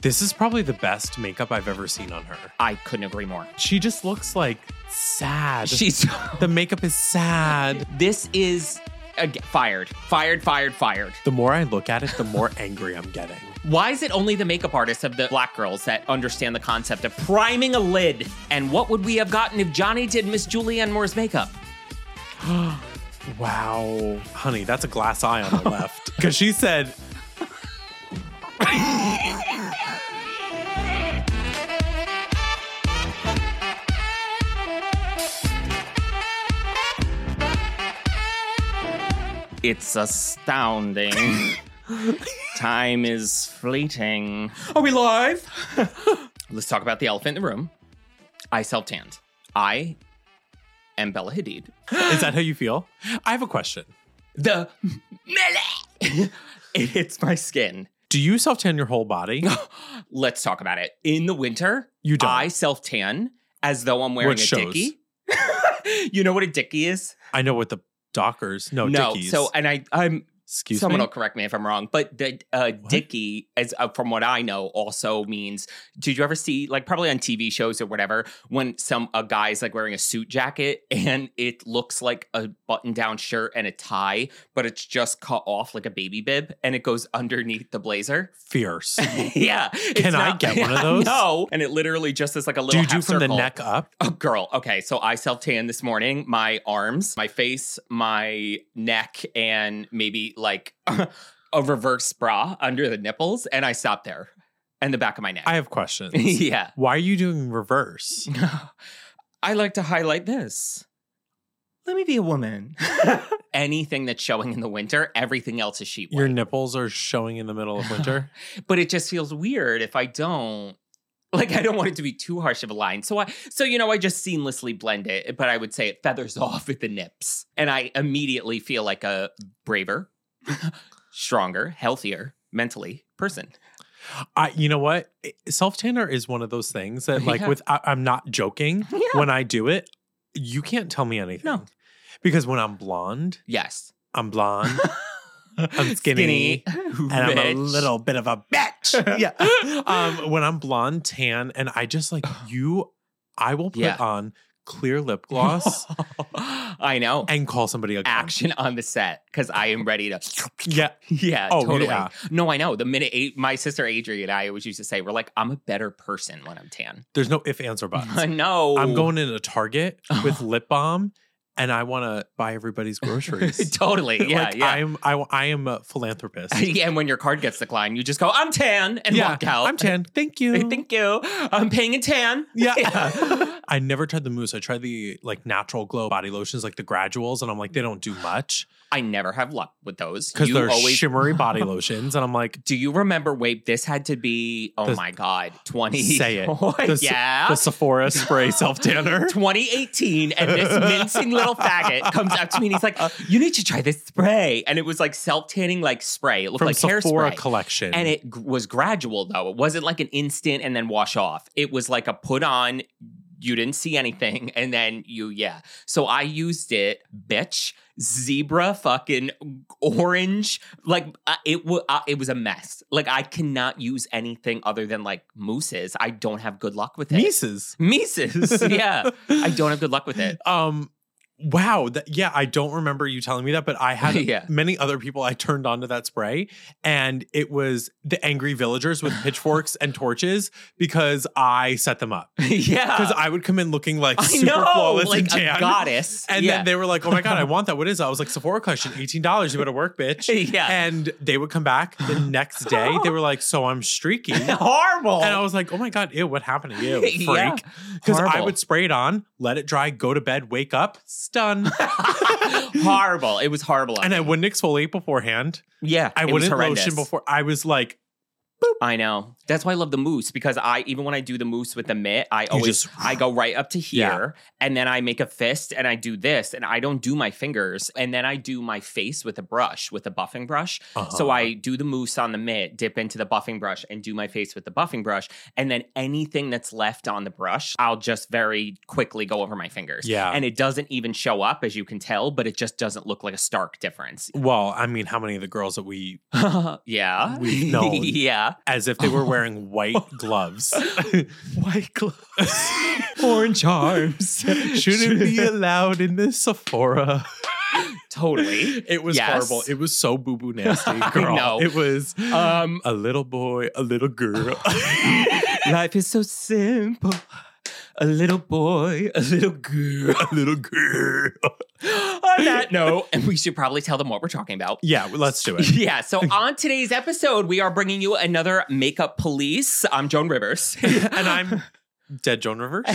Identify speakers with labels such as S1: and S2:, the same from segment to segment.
S1: This is probably the best makeup I've ever seen on her.
S2: I couldn't agree more.
S1: She just looks like sad.
S2: She's
S1: the makeup is sad.
S2: this is ag- fired, fired, fired, fired.
S1: The more I look at it, the more angry I'm getting.
S2: Why is it only the makeup artists of the black girls that understand the concept of priming a lid? And what would we have gotten if Johnny did Miss Julianne Moore's makeup?
S1: Wow. Honey, that's a glass eye on the left. Because she said,
S2: It's astounding. Time is fleeting.
S1: Are we live?
S2: Let's talk about the elephant in the room. I self tanned. I am Bella Hadid.
S1: Is that how you feel? I have a question.
S2: The melee. it hits my skin.
S1: Do you self tan your whole body?
S2: Let's talk about it. In the winter,
S1: You don't.
S2: I self tan as though I'm wearing
S1: What
S2: a
S1: shows?
S2: dickie. you know what a dickie is?
S1: I know what the Dockers, no,
S2: no.
S1: Oh, Dickies.
S2: So, and I, I'm.
S1: excuse
S2: someone
S1: me.
S2: will correct me if I'm wrong, but the uh, dickie, as uh, from what I know, also means. Did you ever see like probably on TV shows or whatever when some a guy's like wearing a suit jacket and it looks like a button down shirt and a tie, but it's just cut off like a baby bib and it goes underneath the blazer?
S1: Fierce.
S2: yeah. it's
S1: Can I get one of those?
S2: no. And it literally just is like a little.
S1: do you do
S2: half
S1: from the
S2: circle.
S1: neck up?
S2: Oh, girl. Okay. So I self tanned this morning my arms, my face, my neck, and maybe like a reverse bra under the nipples. And I stopped there and the back of my neck.
S1: I have questions.
S2: yeah.
S1: Why are you doing reverse?
S2: I like to highlight this. Let me be a woman. Anything that's showing in the winter, everything else is sheet.
S1: Your
S2: white.
S1: nipples are showing in the middle of winter.
S2: but it just feels weird if I don't. Like I don't want it to be too harsh of a line, so I so you know I just seamlessly blend it, but I would say it feathers off at the nips, and I immediately feel like a braver, stronger, healthier mentally person.
S1: I, you know what? Self tanner is one of those things that, like,
S2: Yeah.
S1: with I, I'm not joking.
S2: Yeah.
S1: When I do it, you can't tell me anything.
S2: No.
S1: Because when I'm blonde,
S2: Yes,
S1: I'm blonde I'm skinny,
S2: and
S1: and I'm a little bit of a bitch. yeah. Um, when I'm blonde, tan, and I just like you, I will put
S2: Yeah.
S1: on clear lip gloss
S2: I know.
S1: and call somebody a cunt.
S2: Action on the set because I am ready to
S1: Yeah.
S2: Yeah,
S1: Oh,
S2: totally.
S1: yeah.
S2: No, I know. The minute eight, my sister Adri and I always used to say, we're like, I'm a better person when I'm tan.
S1: There's no if, ands, or buts.
S2: I know.
S1: I'm going into Target with lip balm and I want to buy everybody's groceries.
S2: totally. Yeah,
S1: like,
S2: yeah.
S1: I'm I, I am a philanthropist.
S2: yeah, and when your card gets declined, you just go, I'm tan, and
S1: yeah,
S2: walk out.
S1: I'm tan. Thank you.
S2: Thank you. I'm paying a tan.
S1: Yeah. I never tried the mousse. I tried the like natural glow body lotions, like the graduals, and I'm like, they don't do much
S2: I never have luck with those.
S1: because
S2: You
S1: they're
S2: always.
S1: shimmery body lotions. And I'm like,
S2: do you remember, wait, this had to be, oh
S1: The-
S2: my God, 20.
S1: say it. The s-
S2: yeah.
S1: the Sephora spray self tanner.
S2: 2018, and this mincing little faggot comes up to me and he's like, "You need to try this spray." And it was like self tanning, like spray. It looked
S1: From
S2: like
S1: Sephora
S2: hairspray.
S1: collection.
S2: and it g- was gradual though. It wasn't like an instant and then wash off. It was like a put on. You didn't see anything, and then you yeah. So I used it, bitch. Zebra, fucking orange. Like uh, it was. Uh, it was a mess. Like I cannot use anything other than like mousses. I don't have good luck with it.
S1: Mises.
S2: Mises. Yeah. I don't have good luck with it.
S1: Um, wow. That, yeah, I don't remember you telling me that, but I had
S2: Yeah.
S1: many other people I turned on to that spray, and it was the angry villagers with pitchforks and torches because I set them up. Because
S2: yeah.
S1: I would come in looking like
S2: Ah. I
S1: super flawless
S2: like
S1: and tan.
S2: a goddess.
S1: And
S2: yeah.
S1: then they were like, "Oh my god, I want that. What is that?" I was like, "Sephora collection, eighteen dollars. You better work, bitch."
S2: yeah.
S1: And they would come back the next day. They were like, "So I'm streaky,"
S2: Oh
S1: and
S2: horrible.
S1: I was like, "Oh my god, ew, what happened to you,
S2: Yeah.
S1: freak?" Because I
S2: Horrible.
S1: would spray it on, let it dry, go to bed, wake up, stun,
S2: horrible. It was horrible.
S1: and I wouldn't exfoliate beforehand.
S2: yeah,
S1: I
S2: it was
S1: wouldn't
S2: horrendous.
S1: lotion before. I was like,
S2: I know. That's why I love the mousse because I even when I do the mousse with the mitt, I always
S1: just-
S2: I go right up to here and then I make a fist and I do this and I don't do my fingers and then I do my face with a brush with a buffing brush.
S1: uh-huh.
S2: So I do the mousse on the mitt, dip into the buffing brush, and do my face with the buffing brush. And then anything that's left on the brush, I'll just very quickly go over my fingers.
S1: Yeah.
S2: And it doesn't even show up, as you can tell, but it just doesn't look like a stark difference.
S1: Well, I mean, how many of the girls that we
S2: yeah.
S1: We've known.
S2: yeah. Yeah.
S1: as if they were wearing white gloves.
S3: White gloves, orange arms.
S1: Shouldn't be allowed in this Sephora.
S2: Totally.
S1: It was
S2: Yes.
S1: horrible. It was so boo boo nasty, girl.
S2: know.
S1: It was
S2: Um
S1: a little boy, a little girl.
S2: life is so simple. A little boy, a little girl.
S1: a little girl.
S2: On that note, and we should probably tell them what we're talking about.
S1: Yeah, well, let's do it.
S2: Yeah, so on today's episode, we are bringing you another Makeup Police. I'm Joan Rivers.
S1: And I'm dead Joan Rivers.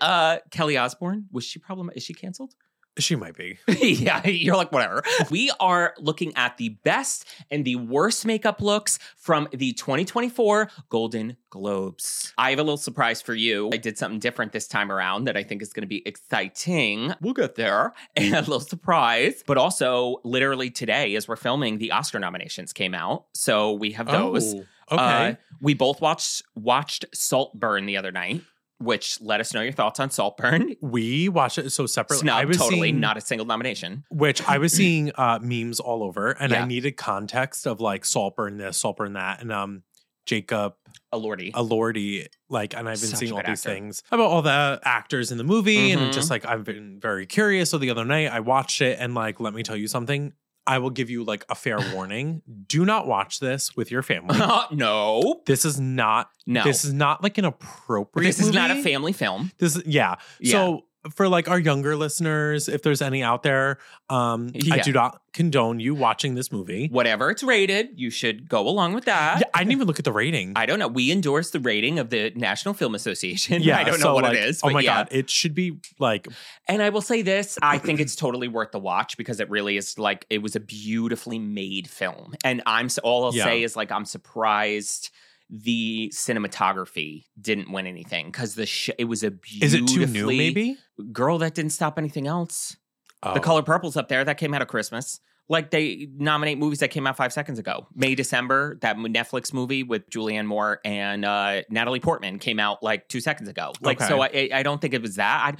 S2: uh, Kelly Osborne. Was she problem? Is she canceled?
S1: She might be.
S2: yeah, you're like, whatever. We are looking at the best and the worst makeup looks from the 2024 Golden Globes. I have a little surprise for you. I did something different this time around that I think is going to be exciting. We'll get there. And a little surprise. But also, literally today, as we're filming, the Oscar nominations came out. So we have those.
S1: Oh, okay.
S2: Uh, we both watched watched Saltburn the other night, which let us know your thoughts on Saltburn.
S1: we watched it so separately. I
S2: Snub,
S1: was
S2: totally
S1: seeing-
S2: not a single nomination.
S1: Which I was seeing uh, memes all over, and
S2: Yeah.
S1: I needed context of like Saltburn this, Saltburn that, and um Jacob
S2: A lordy.
S1: Alordi, like, and I've been
S2: Such
S1: seeing
S2: a
S1: all
S2: good
S1: these
S2: actor.
S1: things about all the actors in the movie,
S2: Mhm.
S1: and just like I've been very curious. So the other night I watched it, and like, let me tell you something. I will give you like a fair warning: do not watch this with your family.
S2: no,
S1: this is not.
S2: no.
S1: This is not like an appropriate.
S2: This is not a
S1: movie.
S2: family film.
S1: This is yeah.
S2: Yeah.
S1: So for like our younger listeners, if there's any out there, um, I
S2: Yeah.
S1: do not condone you watching this movie.
S2: Whatever it's rated, you should go along with that.
S1: Yeah, I didn't even look at the rating.
S2: I don't know. We endorse the rating of the National Film Association.
S1: yeah,
S2: I don't know
S1: so,
S2: what
S1: like,
S2: it is.
S1: Oh
S2: but
S1: my
S2: yeah.
S1: god, it should be like
S2: And I will say this I think it's totally worth the watch because it really is like, it was a beautifully made film. And I'm, s- all I'll
S1: Yeah.
S2: say is like, I'm surprised the cinematography didn't win anything because the sh- it was a
S1: is
S2: beautifully
S1: it too new? Maybe
S2: girl that didn't stop anything else
S1: oh.
S2: the color purple's up there that came out of christmas like they nominate movies that came out five seconds ago may december that mo- netflix movie with julianne moore and uh, natalie portman came out like two seconds ago like so I, I don't think it was that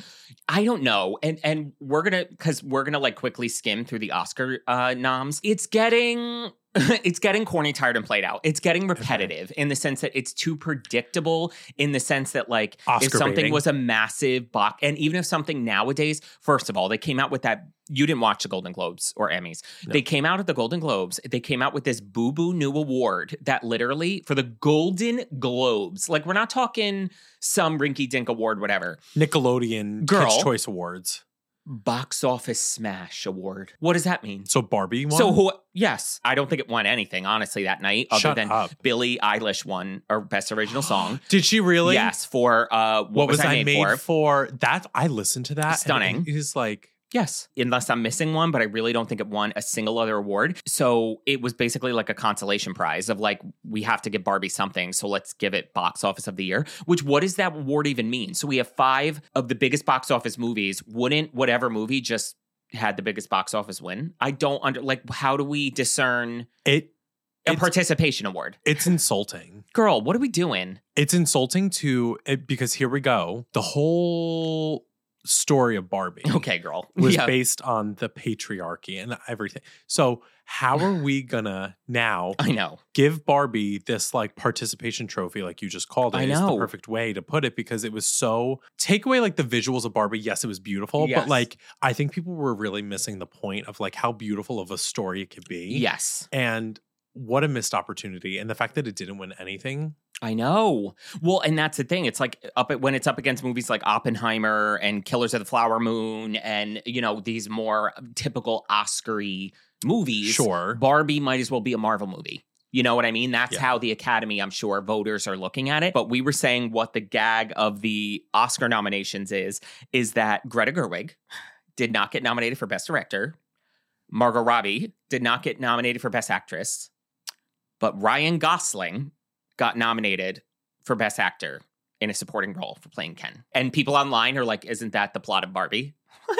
S2: i, I don't know and and we're gonna because we're gonna like quickly skim through the oscar uh, noms it's getting it's getting corny tired and played out it's getting repetitive in the sense that it's too predictable in the sense that like if
S1: Oscar
S2: something
S1: baiting.
S2: was a massive box and even if something nowadays first of all they came out with that you didn't watch the golden globes or emmys
S1: No.
S2: they came out at the golden globes they came out with this boo boo new award that literally for the golden globes like we're not talking some rinky dink award whatever
S1: Nickelodeon
S2: Girl.
S1: Kids Choice Awards.
S2: box office smash award what does that mean
S1: So Barbie won.
S2: so who yes i don't think it won anything honestly that night other
S1: Shut
S2: than
S1: up.
S2: billie eilish won or best original song
S1: Did she really?
S2: Yes, for uh, what,
S1: What, was, I made, for? That I listened to that.
S2: Stunning.
S1: And it is like
S2: Yes. Unless I'm missing one, but I really don't think it won a single other award. So it was basically like a consolation prize of like, we have to give Barbie something. So let's give it box office of the year, which what does that award even mean? So we have five of the biggest box office movies. Wouldn't whatever movie just had the biggest box office win? I don't under like, how do we discern
S1: it.
S2: a
S1: It's-
S2: participation award?
S1: It's insulting.
S2: Girl, what are we doing?
S1: it's insulting to it because here we go. The whole story of Barbie
S2: Okay, girl.
S1: was
S2: Yeah.
S1: based on the patriarchy and everything. So how are we gonna now
S2: I know.
S1: give Barbie this like participation trophy, like you just called it?
S2: I
S1: is
S2: know.
S1: the perfect way to put it because it was so take away like the visuals of Barbie. Yes, it was beautiful,
S2: Yes.
S1: but like I think people were really missing the point of like how beautiful of a story it could be.
S2: Yes.
S1: And what a missed opportunity. And the fact that it didn't win anything.
S2: I know. Well, and that's the thing. It's like uh, up when it's up against movies like Oppenheimer and Killers of the Flower Moon, and you know these more uh, typical Oscar-y movies.
S1: Sure.
S2: Barbie might as well be a Marvel movie. You know what I mean? That's
S1: Yeah.
S2: how the Academy, I'm sure, voters are looking at it. But we were saying what the gag of the Oscar nominations is is that Greta Gerwig did not get nominated for Best Director. Margot Robbie did not get nominated for Best Actress, but Ryan Gosling got nominated for Best Actor in a supporting role for playing Ken. And people online are like, isn't that the plot of Barbie?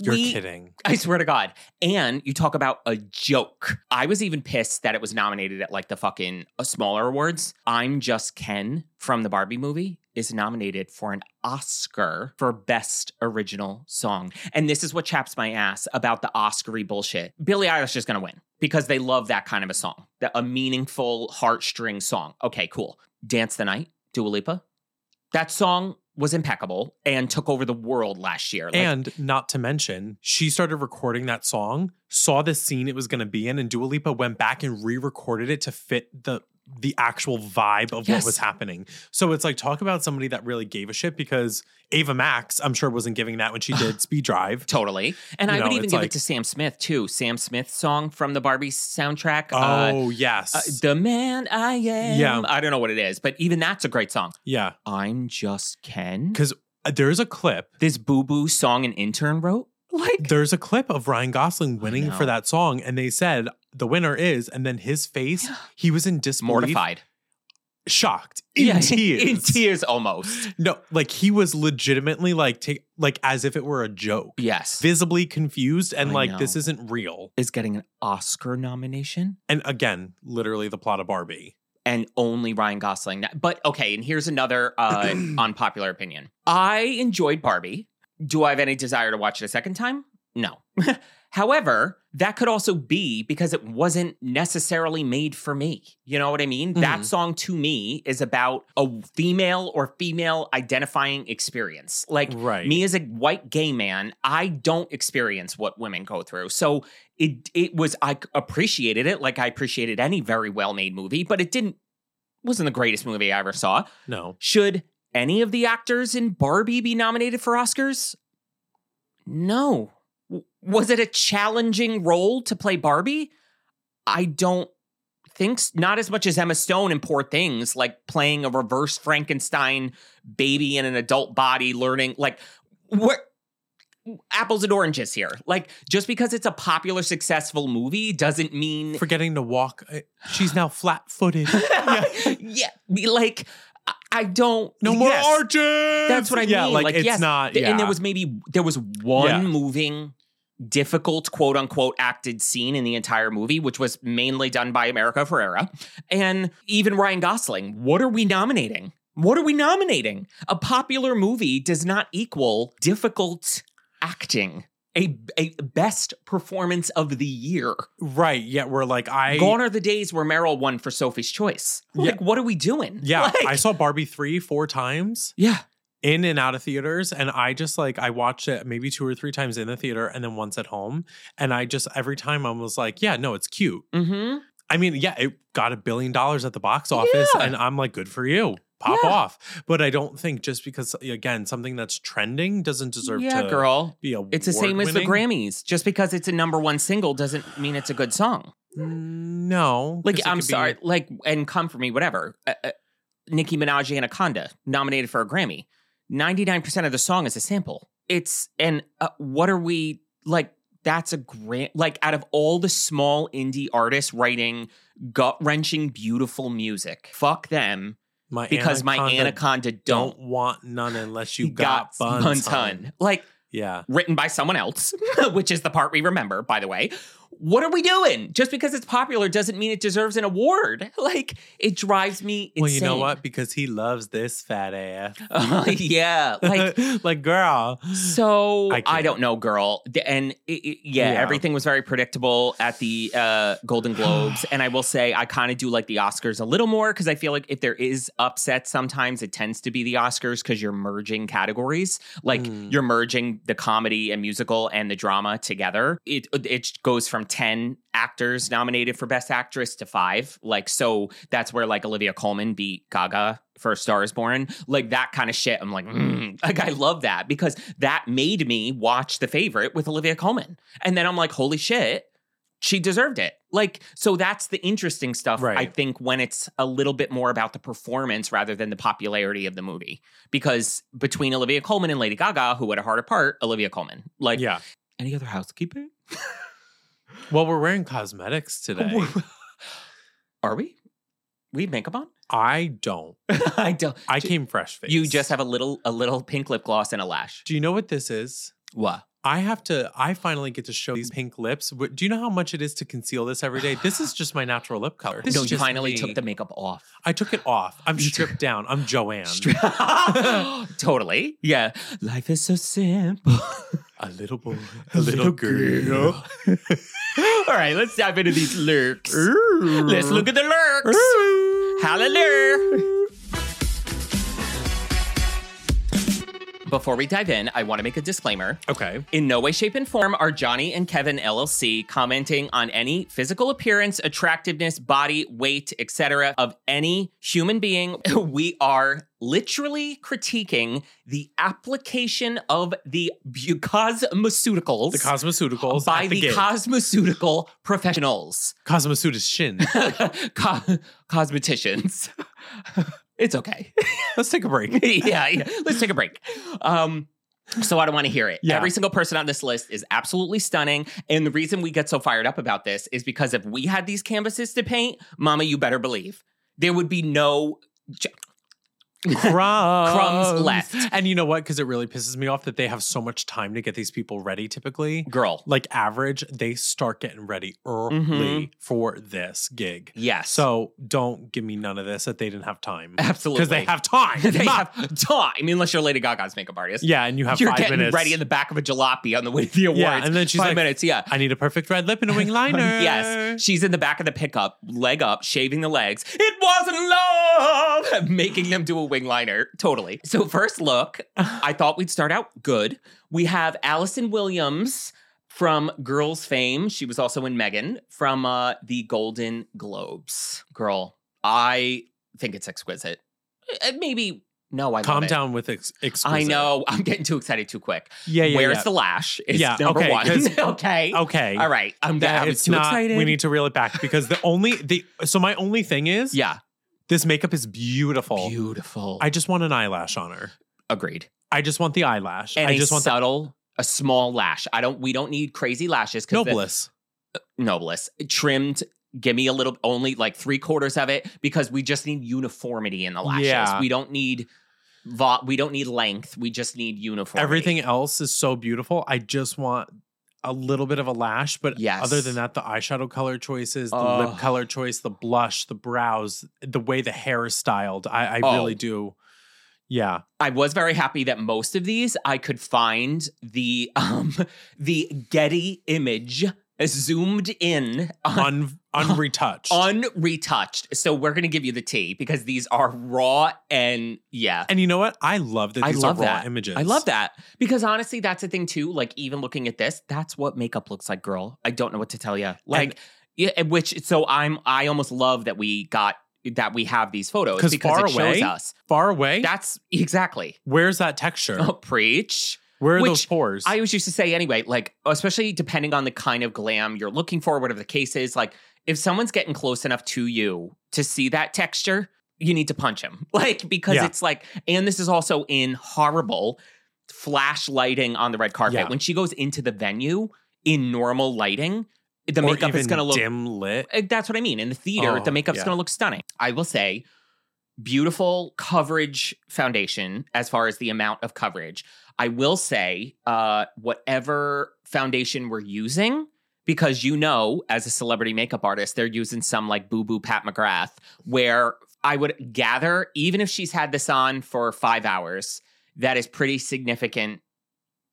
S1: You're
S2: We-
S1: kidding.
S2: I swear to God. And you talk about a joke. I was even pissed that it was nominated at like the fucking uh, smaller awards. I'm Just Ken from the Barbie movie is nominated for an Oscar for Best Original Song. And this is what chaps my ass about the Oscary bullshit. Billie Eilish is going to win because they love that kind of a song, the- a meaningful heartstring song. Okay, cool. Dance the Night, Dua Lipa. That song was impeccable and took over the world last year. Like,
S1: and not to mention, she started recording that song, saw the scene it was going to be in, and Dua Lipa went back and re-recorded it to fit the the actual vibe of
S2: Yes.
S1: what was happening. So it's like talk about somebody that really gave a shit because Ava Max, I'm sure, wasn't giving that when she did Speed Drive.
S2: Totally. And
S1: You
S2: I
S1: know,
S2: would even
S1: it's
S2: give
S1: like-
S2: it to Sam Smith too. Sam Smith's song from the Barbie soundtrack. Uh,
S1: Oh yes,
S2: uh, the man I am.
S1: Yeah.
S2: I don't know what it is, but even that's a great song.
S1: yeah.
S2: I'm just Ken.
S1: Cause Uh, There's a clip.
S2: This boo boo song an intern wrote. Like,
S1: There's a clip of Ryan Gosling
S2: I
S1: winning
S2: know.
S1: for that song, and they said the winner is, and then his face,
S2: Yeah.
S1: he was in disbelief,
S2: mortified.
S1: shocked, in
S2: Yeah,
S1: tears,
S2: in tears almost.
S1: No, like he was legitimately like take like as if it were a joke,
S2: Yes.
S1: visibly confused and
S2: I
S1: like this
S2: know.
S1: isn't real.
S2: is getting an Oscar nomination.
S1: And again, literally the plot of Barbie.
S2: and only Ryan Gosling. But okay, and here's another uh, unpopular opinion. I enjoyed Barbie. Do I have any desire to watch it a second time? No. However, that could also be because it wasn't necessarily made for me. You know what I mean? That
S1: Mhm.
S2: song to me is about a female or female identifying experience. Like
S1: Right.
S2: me as a white gay man, I don't experience what women go through. So it it was I appreciated it like I appreciated any very well made movie, but it didn't wasn't the greatest movie I ever saw.
S1: no.
S2: Should any of the actors in Barbie be nominated for Oscars? No. W- Was it a challenging role to play Barbie? I don't think s- not as much as Emma Stone in Poor Things, like playing a reverse Frankenstein baby in an adult body, learning like what apples and oranges here. Like just because it's a popular, successful movie doesn't mean
S1: Forgetting to walk. uh, She's now flat footed.
S2: yeah. we- like I- I don't
S1: No more
S2: Yes.
S1: arches.
S2: That's what I
S1: yeah,
S2: mean.
S1: Like,
S2: Like,
S1: it's
S2: yes,
S1: not.
S2: Th-
S1: Yeah.
S2: And there was maybe there was one
S1: Yeah.
S2: moving difficult quote unquote acted scene in the entire movie which was mainly done by America Ferrera and even Ryan Gosling what are we nominating what are we nominating a popular movie does not equal difficult acting a, a best performance of the year
S1: right. Yet we're like I.
S2: gone are the days where Meryl won for Sophie's Choice like what are we doing
S1: yeah,
S2: Like-
S1: I saw Barbie three four times
S2: yeah
S1: in and out of theaters, and I just like I watched it maybe two or three times in the theater, and then once at home, and I just every time I was like, yeah, no, it's cute.
S2: mm-hmm
S1: I mean, yeah, it got a billion dollars at the box office,
S2: Yeah.
S1: and I'm like, good for you, pop
S2: Yeah.
S1: off. But I don't think just because again something that's trending doesn't deserve
S2: yeah
S1: to
S2: girl
S1: be a.
S2: It's the same as the Grammys. Just because it's a number one single doesn't mean it's a good song.
S1: No,
S2: Like
S1: 'cause it
S2: I'm
S1: could be-
S2: sorry, like and come for me, whatever. Uh, uh, Nicki Minaj Anaconda nominated for a Grammy. Ninety nine percent of the song is a sample. It's and uh, what are we like? That's a grant. Like out of all the small indie artists writing gut wrenching, beautiful music, fuck them
S1: my
S2: because my
S1: Anaconda
S2: Anaconda
S1: don't
S2: don't.
S1: want none unless you
S2: he
S1: got, bun
S2: Bun
S1: ton.
S2: Ton. Like
S1: Yeah,
S2: written by someone else, which is the part we remember, by the way. What are we doing? Just because it's popular doesn't mean it deserves an award. Like it drives me insane.
S1: well, you know what? Because he loves this fat ass.
S2: yeah, like
S1: like girl.
S2: so.
S1: I
S2: I,
S1: can't.
S2: don't know, girl. D- And it, it- yeah,
S1: Yeah.
S2: everything was very predictable at the uh, Golden Globes. and I will say, I kind of do like the Oscars a little more because I feel like if there is upset, sometimes it tends to be the Oscars because you're merging categories. Like
S1: Mm.
S2: you're merging the comedy and musical and the drama together. It it goes from ten actors nominated for Best Actress to five. Like so, that's where like Olivia Colman beat Gaga for Star Is Born. Like that kind of shit. I'm like, mm. like I love that because that made me watch The Favorite with Olivia Colman, and then I'm like, holy shit. She deserved it. Like, so that's the interesting stuff, I
S1: Right.
S2: think, when it's a little bit more about the performance rather than the popularity of the movie because between Olivia Colman and Lady Gaga, who had a heart apart, Olivia Colman. Like
S1: yeah.
S2: any other housekeeping?
S1: Well, we're wearing cosmetics today.
S2: Are we? We have makeup on?
S1: I don't.
S2: I don't.
S1: I came fresh faced.
S2: You just have a little a little pink lip gloss and a lash.
S1: Do you know what this is?
S2: What?
S1: I have to. I finally get to show these pink lips. Wh- Do you know how much it is to conceal this every day? This is just my natural lip color. This
S2: no,
S1: is
S2: you
S1: just
S2: finally
S1: me.
S2: took the makeup off.
S1: I took it off. I'm stripped down. I'm Joanne.
S2: totally. Yeah. Life is so simple.
S1: A little boy,
S3: A little girl.
S2: All right, let's dive into these lurks. Let's look at the lurks. Hallelujah. Before we dive in, I want to make a disclaimer.
S1: Okay.
S2: In no way, shape, and form are Johnny and Kevin LLC commenting on any physical appearance, attractiveness, body, weight, etc. of any human being. We are literally critiquing the application of the bu- cosmeceuticals
S1: The cosmeceuticals
S2: by
S1: at
S2: the,
S1: gate.
S2: cosmeceutical professionals,
S1: cosmeceuticals.
S2: Co- cosmeticians. it's okay.
S1: Let's take a break.
S2: yeah, yeah. Let's take a break. Um, so I don't want to hear it.
S1: Yeah.
S2: Every single person on this list is absolutely stunning. And the reason we get so fired up about this is because if we had these canvases to paint, mama, you better believe there would be no
S1: crumbs,
S2: left.
S1: And you know what? Because it really pisses me off that they have so much time to get these people ready. Typically,
S2: girl.
S1: like average, they start getting ready early for this gig.
S2: Mm-hmm. Yes.
S1: So don't give me none of this that they didn't have time.
S2: absolutely.
S1: Because they have time.
S2: they
S1: Ma-
S2: have time, unless you're Lady Gaga's makeup artist.
S1: yeah, and you have
S2: You're
S1: five
S2: getting
S1: minutes.
S2: ready in the back of a jalopy on the way to the awards.
S1: and then she's
S2: five
S1: like-
S2: minutes, yeah.
S1: I need a perfect red lip and a wing liner.
S2: Yes, she's in the back of the pickup, leg up, shaving the legs. It wasn't love, making them do a wing liner. Totally. So, first look, I thought we'd start out good. We have Allison Williams from Girls Fame. She was also in Megan from uh, the Golden Globes. Girl, I think it's exquisite. Uh, Maybe, no, I love
S1: Calm
S2: it.
S1: down with ex- exquisite.
S2: I know. I'm getting too excited too quick.
S1: Yeah, yeah.
S2: Where's
S1: yeah.
S2: the lash? It's
S1: Yeah,
S2: number
S1: okay,
S2: one.
S1: 'cause-
S2: okay.
S1: Okay.
S2: All right. I'm,
S1: That
S2: I was
S1: it's
S2: too
S1: not,
S2: excited.
S1: We need to reel it back because the only the so my only thing is
S2: Yeah.
S1: this makeup is beautiful.
S2: Beautiful.
S1: I just want an eyelash on her.
S2: agreed.
S1: I just want the eyelash.
S2: And
S1: I
S2: a
S1: just want the
S2: subtle, a small lash. I don't. We don't need crazy lashes. 'cause the-
S1: noblest.
S2: noblest. Trimmed. Give me a little, only like three quarters of it, because we just need uniformity in the lashes.
S1: Yeah.
S2: We don't need. Vo- we don't need length. We just need uniformity.
S1: Everything else is so beautiful. I just want a little bit of a lash, but
S2: Yes.
S1: other than that, the eyeshadow color choices, the
S2: Ugh.
S1: lip color choice, the blush, the brows, the way the hair is styled. I, I
S2: Oh.
S1: really do. Yeah.
S2: I was very happy that most of these I could find the um the Getty image zoomed in on
S1: Un, unretouched.
S2: unretouched. So we're gonna give you the tea because these are raw and yeah.
S1: and you know what? I love that
S2: I
S1: these
S2: love
S1: are raw
S2: that.
S1: images.
S2: I love that because honestly, that's the thing too. Like even looking at this, that's what makeup looks like, girl. I don't know what to tell you. Like, yeah, and which so I'm I almost love that we got that we have these photos
S1: 'Cause
S2: because
S1: far
S2: it shows
S1: away-
S2: us.
S1: Far away.
S2: That's exactly Oh,
S1: Where's that texture?
S2: preach.
S1: Where are those
S2: which
S1: pores?
S2: I always used to say anyway, like especially depending on the kind of glam you're looking for, whatever the case is, like if someone's getting close enough to you to see that texture, you need to punch him. Like because
S1: Yeah.
S2: it's like and this is also in horrible flash lighting on the red carpet.
S1: Yeah.
S2: When she goes into the venue in normal lighting, the
S1: Or
S2: makeup
S1: even
S2: is going to look
S1: dim lit.
S2: uh, that's what I mean. In the theater,
S1: Oh,
S2: the makeup's
S1: yeah.
S2: going to look stunning. I will say, beautiful coverage foundation as far as the amount of coverage. I will say, uh, whatever foundation we're using, because you know, as a celebrity makeup artist, they're using some like boo boo Pat McGrath, where I would gather, even if she's had this on for five hours, that is pretty significant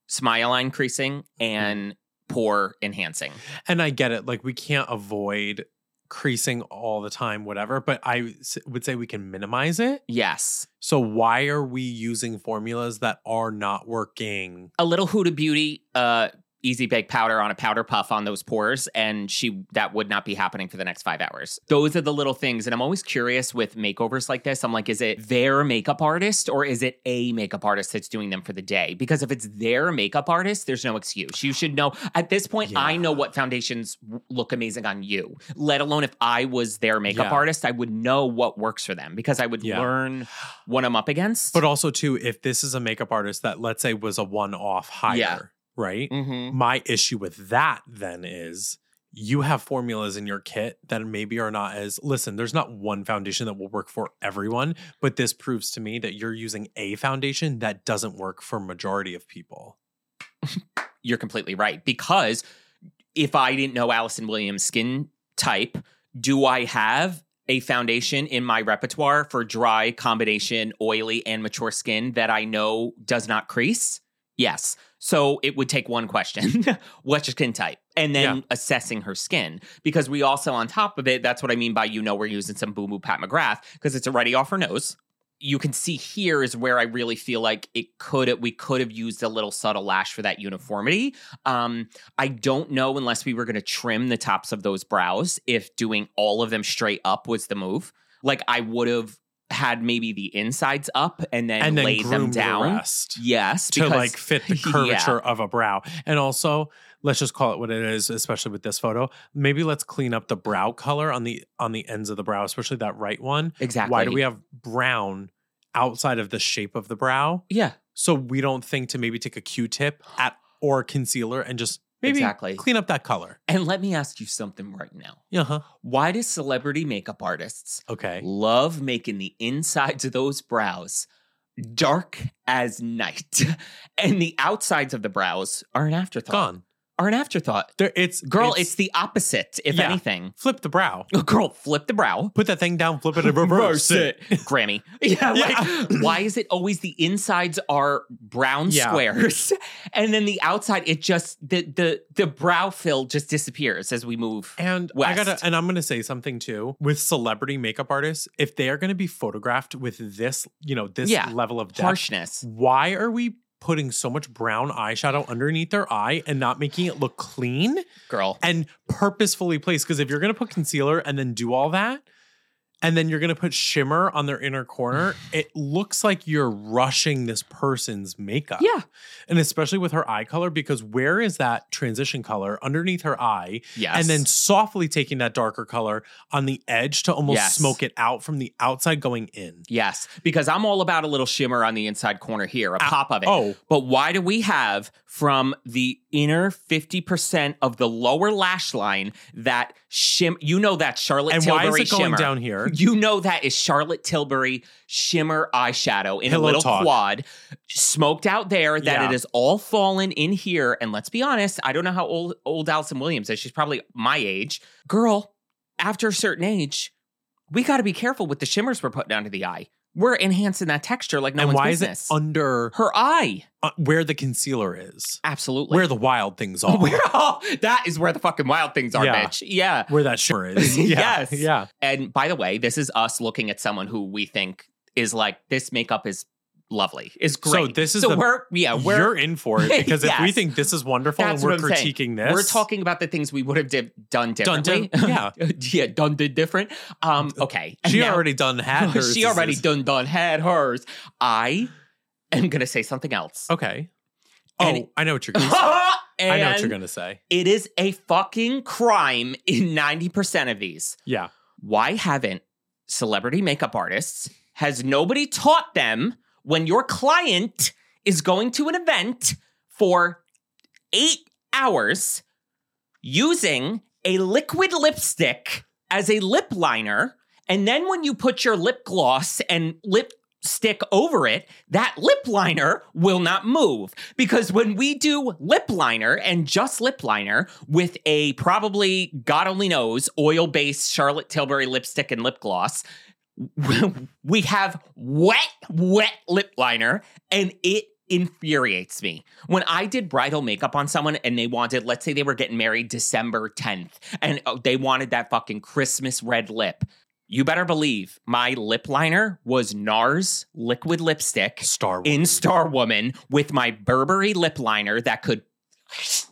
S2: smile increasing
S1: Mm-hmm.
S2: and pore enhancing.
S1: And I get it. Like we can't avoid creasing all the time, whatever. But I s- would say we can minimize it.
S2: Yes.
S1: So why are we using formulas that are not working?
S2: a little Huda Beauty, uh, easy bake powder on a powder puff on those pores, and she that would not be happening for the next five hours. Those are the little things, and I'm always curious with makeovers like this. I'm like, is it their makeup artist or is it a makeup artist that's doing them for the day? Because if it's their makeup artist, there's no excuse. You should know at this point. I
S1: Yeah.
S2: know what foundations w- look amazing on you. Let alone if I was their makeup
S1: Yeah.
S2: artist, I would know what works for them because I would
S1: Yeah.
S2: learn what I'm up against.
S1: But also too, if this is a makeup artist that let's say was a one-off hire,
S2: Yeah.
S1: right?
S2: Mhm.
S1: My issue with that then is you have formulas in your kit that maybe are not as listen, there's not one foundation that will work for everyone, but this proves to me that you're using a foundation that doesn't work for majority of people.
S2: You're completely right. Because if I didn't know Allison Williams' skin type, do I have a foundation in my repertoire for dry, combination, oily, and mature skin that I know does not crease? Yes. So it would take one question what's your skin type? And then
S1: Yeah.
S2: assessing her skin. Because we also, on top of it, that's what I mean by you know, we're using some boo boo Pat McGrath because it's already off her nose. You can see here is where I really feel like it could we could have used a little subtle lash for that uniformity. Um, I don't know unless we were going to trim the tops of those brows if doing all of them straight up was the move. Like I would have had maybe the insides up and then,
S1: and then
S2: laid them
S1: groom the
S2: down.
S1: rest
S2: Yes,
S1: to
S2: because-
S1: like fit the
S2: yeah.
S1: curvature of a brow. And also, let's just call it what it is, especially with this photo. Maybe let's clean up the brow color on the on the ends of the brow, especially that right one.
S2: exactly.
S1: Why do we have brown outside of the shape of the brow?
S2: Yeah,
S1: So we don't think to maybe take a Q-tip at or concealer and just maybe
S2: Exactly.
S1: clean up that color.
S2: and let me ask you something right now.
S1: Uh huh.
S2: Why do celebrity makeup artists
S1: Okay.
S2: love making the insides of those brows dark as night, and the outsides of the brows are an afterthought?
S1: Gone.
S2: Are an afterthought.
S1: There. It's
S2: Girl, it's, the opposite, if
S1: Yeah.
S2: anything.
S1: flip the brow.
S2: Girl, flip the brow.
S1: Put that thing down. Flip it and reverse it.
S2: Grammy. Yeah,
S1: Yeah.
S2: like why is it always the insides are brown
S1: Yeah.
S2: squares and then the outside it just the the the brow fill just disappears as we move.
S1: And I
S2: West.
S1: gotta, and I'm gonna say something too. With celebrity makeup artists, if they are gonna be photographed with this, you know, this
S2: Yeah.
S1: level of depth,
S2: Harshness.
S1: why are we putting so much brown eyeshadow underneath their eye and not making it look clean
S2: Girl.
S1: and purposefully placed? Because if you're gonna put concealer and then do all that, and then you're gonna put shimmer on their inner corner, it looks like you're rushing this person's makeup.
S2: Yeah.
S1: and especially with her eye color, because where is that transition color underneath her eye?
S2: Yes.
S1: and then softly taking that darker color on the edge to almost
S2: Yes.
S1: smoke it out from the outside going in.
S2: Yes, because I'm all about a little shimmer on the inside corner here, a
S1: Ow.
S2: pop of it.
S1: Oh,
S2: But why do we have from the inner 50% of the lower lash line that shim you know that Charlotte
S1: and
S2: Tilbury
S1: why is it going
S2: shimmer.
S1: down here?
S2: You know that is Charlotte Tilbury shimmer eyeshadow in
S1: Pillow
S2: a little
S1: talk.
S2: quad, smoked out there. That
S1: Yeah.
S2: it is all fallen in here. And let's be honest, I don't know how old old Allison Williams is. She's probably my age, girl. After a certain age, we got to be careful with the shimmers we're putting onto the eye. We're enhancing that texture like no
S1: and
S2: one's
S1: why
S2: business.
S1: is it under
S2: Her eye,
S1: uh, where the concealer is?
S2: absolutely.
S1: where the wild things are.
S2: Where- oh, that is where the fucking wild things are,
S1: Yeah.
S2: bitch. Yeah.
S1: where that shimmer is. Yeah,
S2: Yes.
S1: Yeah.
S2: And by the way, this is us looking at someone who we think is like this makeup is lovely, is great.
S1: So this is
S2: so
S1: the-
S2: we're yeah we're
S1: You're in for it because if we
S2: Uh, Yes.
S1: think this is wonderful
S2: That's
S1: and we're
S2: what I'm saying.
S1: critiquing this,
S2: we're talking about the things we would have di- done
S1: Done
S2: differently.
S1: diff-
S2: yeah, done did different. Um, okay, And
S1: She
S2: now-
S1: already done had hers.
S2: she
S1: This
S2: already
S1: is-
S2: done done had hers. I am gonna say something else.
S1: Okay. Oh,
S2: And-
S1: I know what you're. Gonna say.
S2: and
S1: I know what you're gonna say.
S2: it is a fucking crime in ninety percent of these.
S1: Yeah.
S2: why haven't celebrity makeup artists has nobody taught them when your client is going to an event for 8 hours using a liquid lipstick as a lip liner and then when you put your lip gloss and lip stick over it, that lip liner will not move. Because when we do lip liner and just lip liner with a probably God only knows oil based Charlotte Tilbury lipstick and lip gloss, we have wet, wet lip liner and it infuriates me. When I did bridal makeup on someone and they wanted, let's say they were getting married December 10th and oh, they wanted that fucking Christmas red lip. You better believe my lip liner was NARS liquid lipstick
S1: Star Wars.
S2: in Star Woman with my Burberry lip liner that could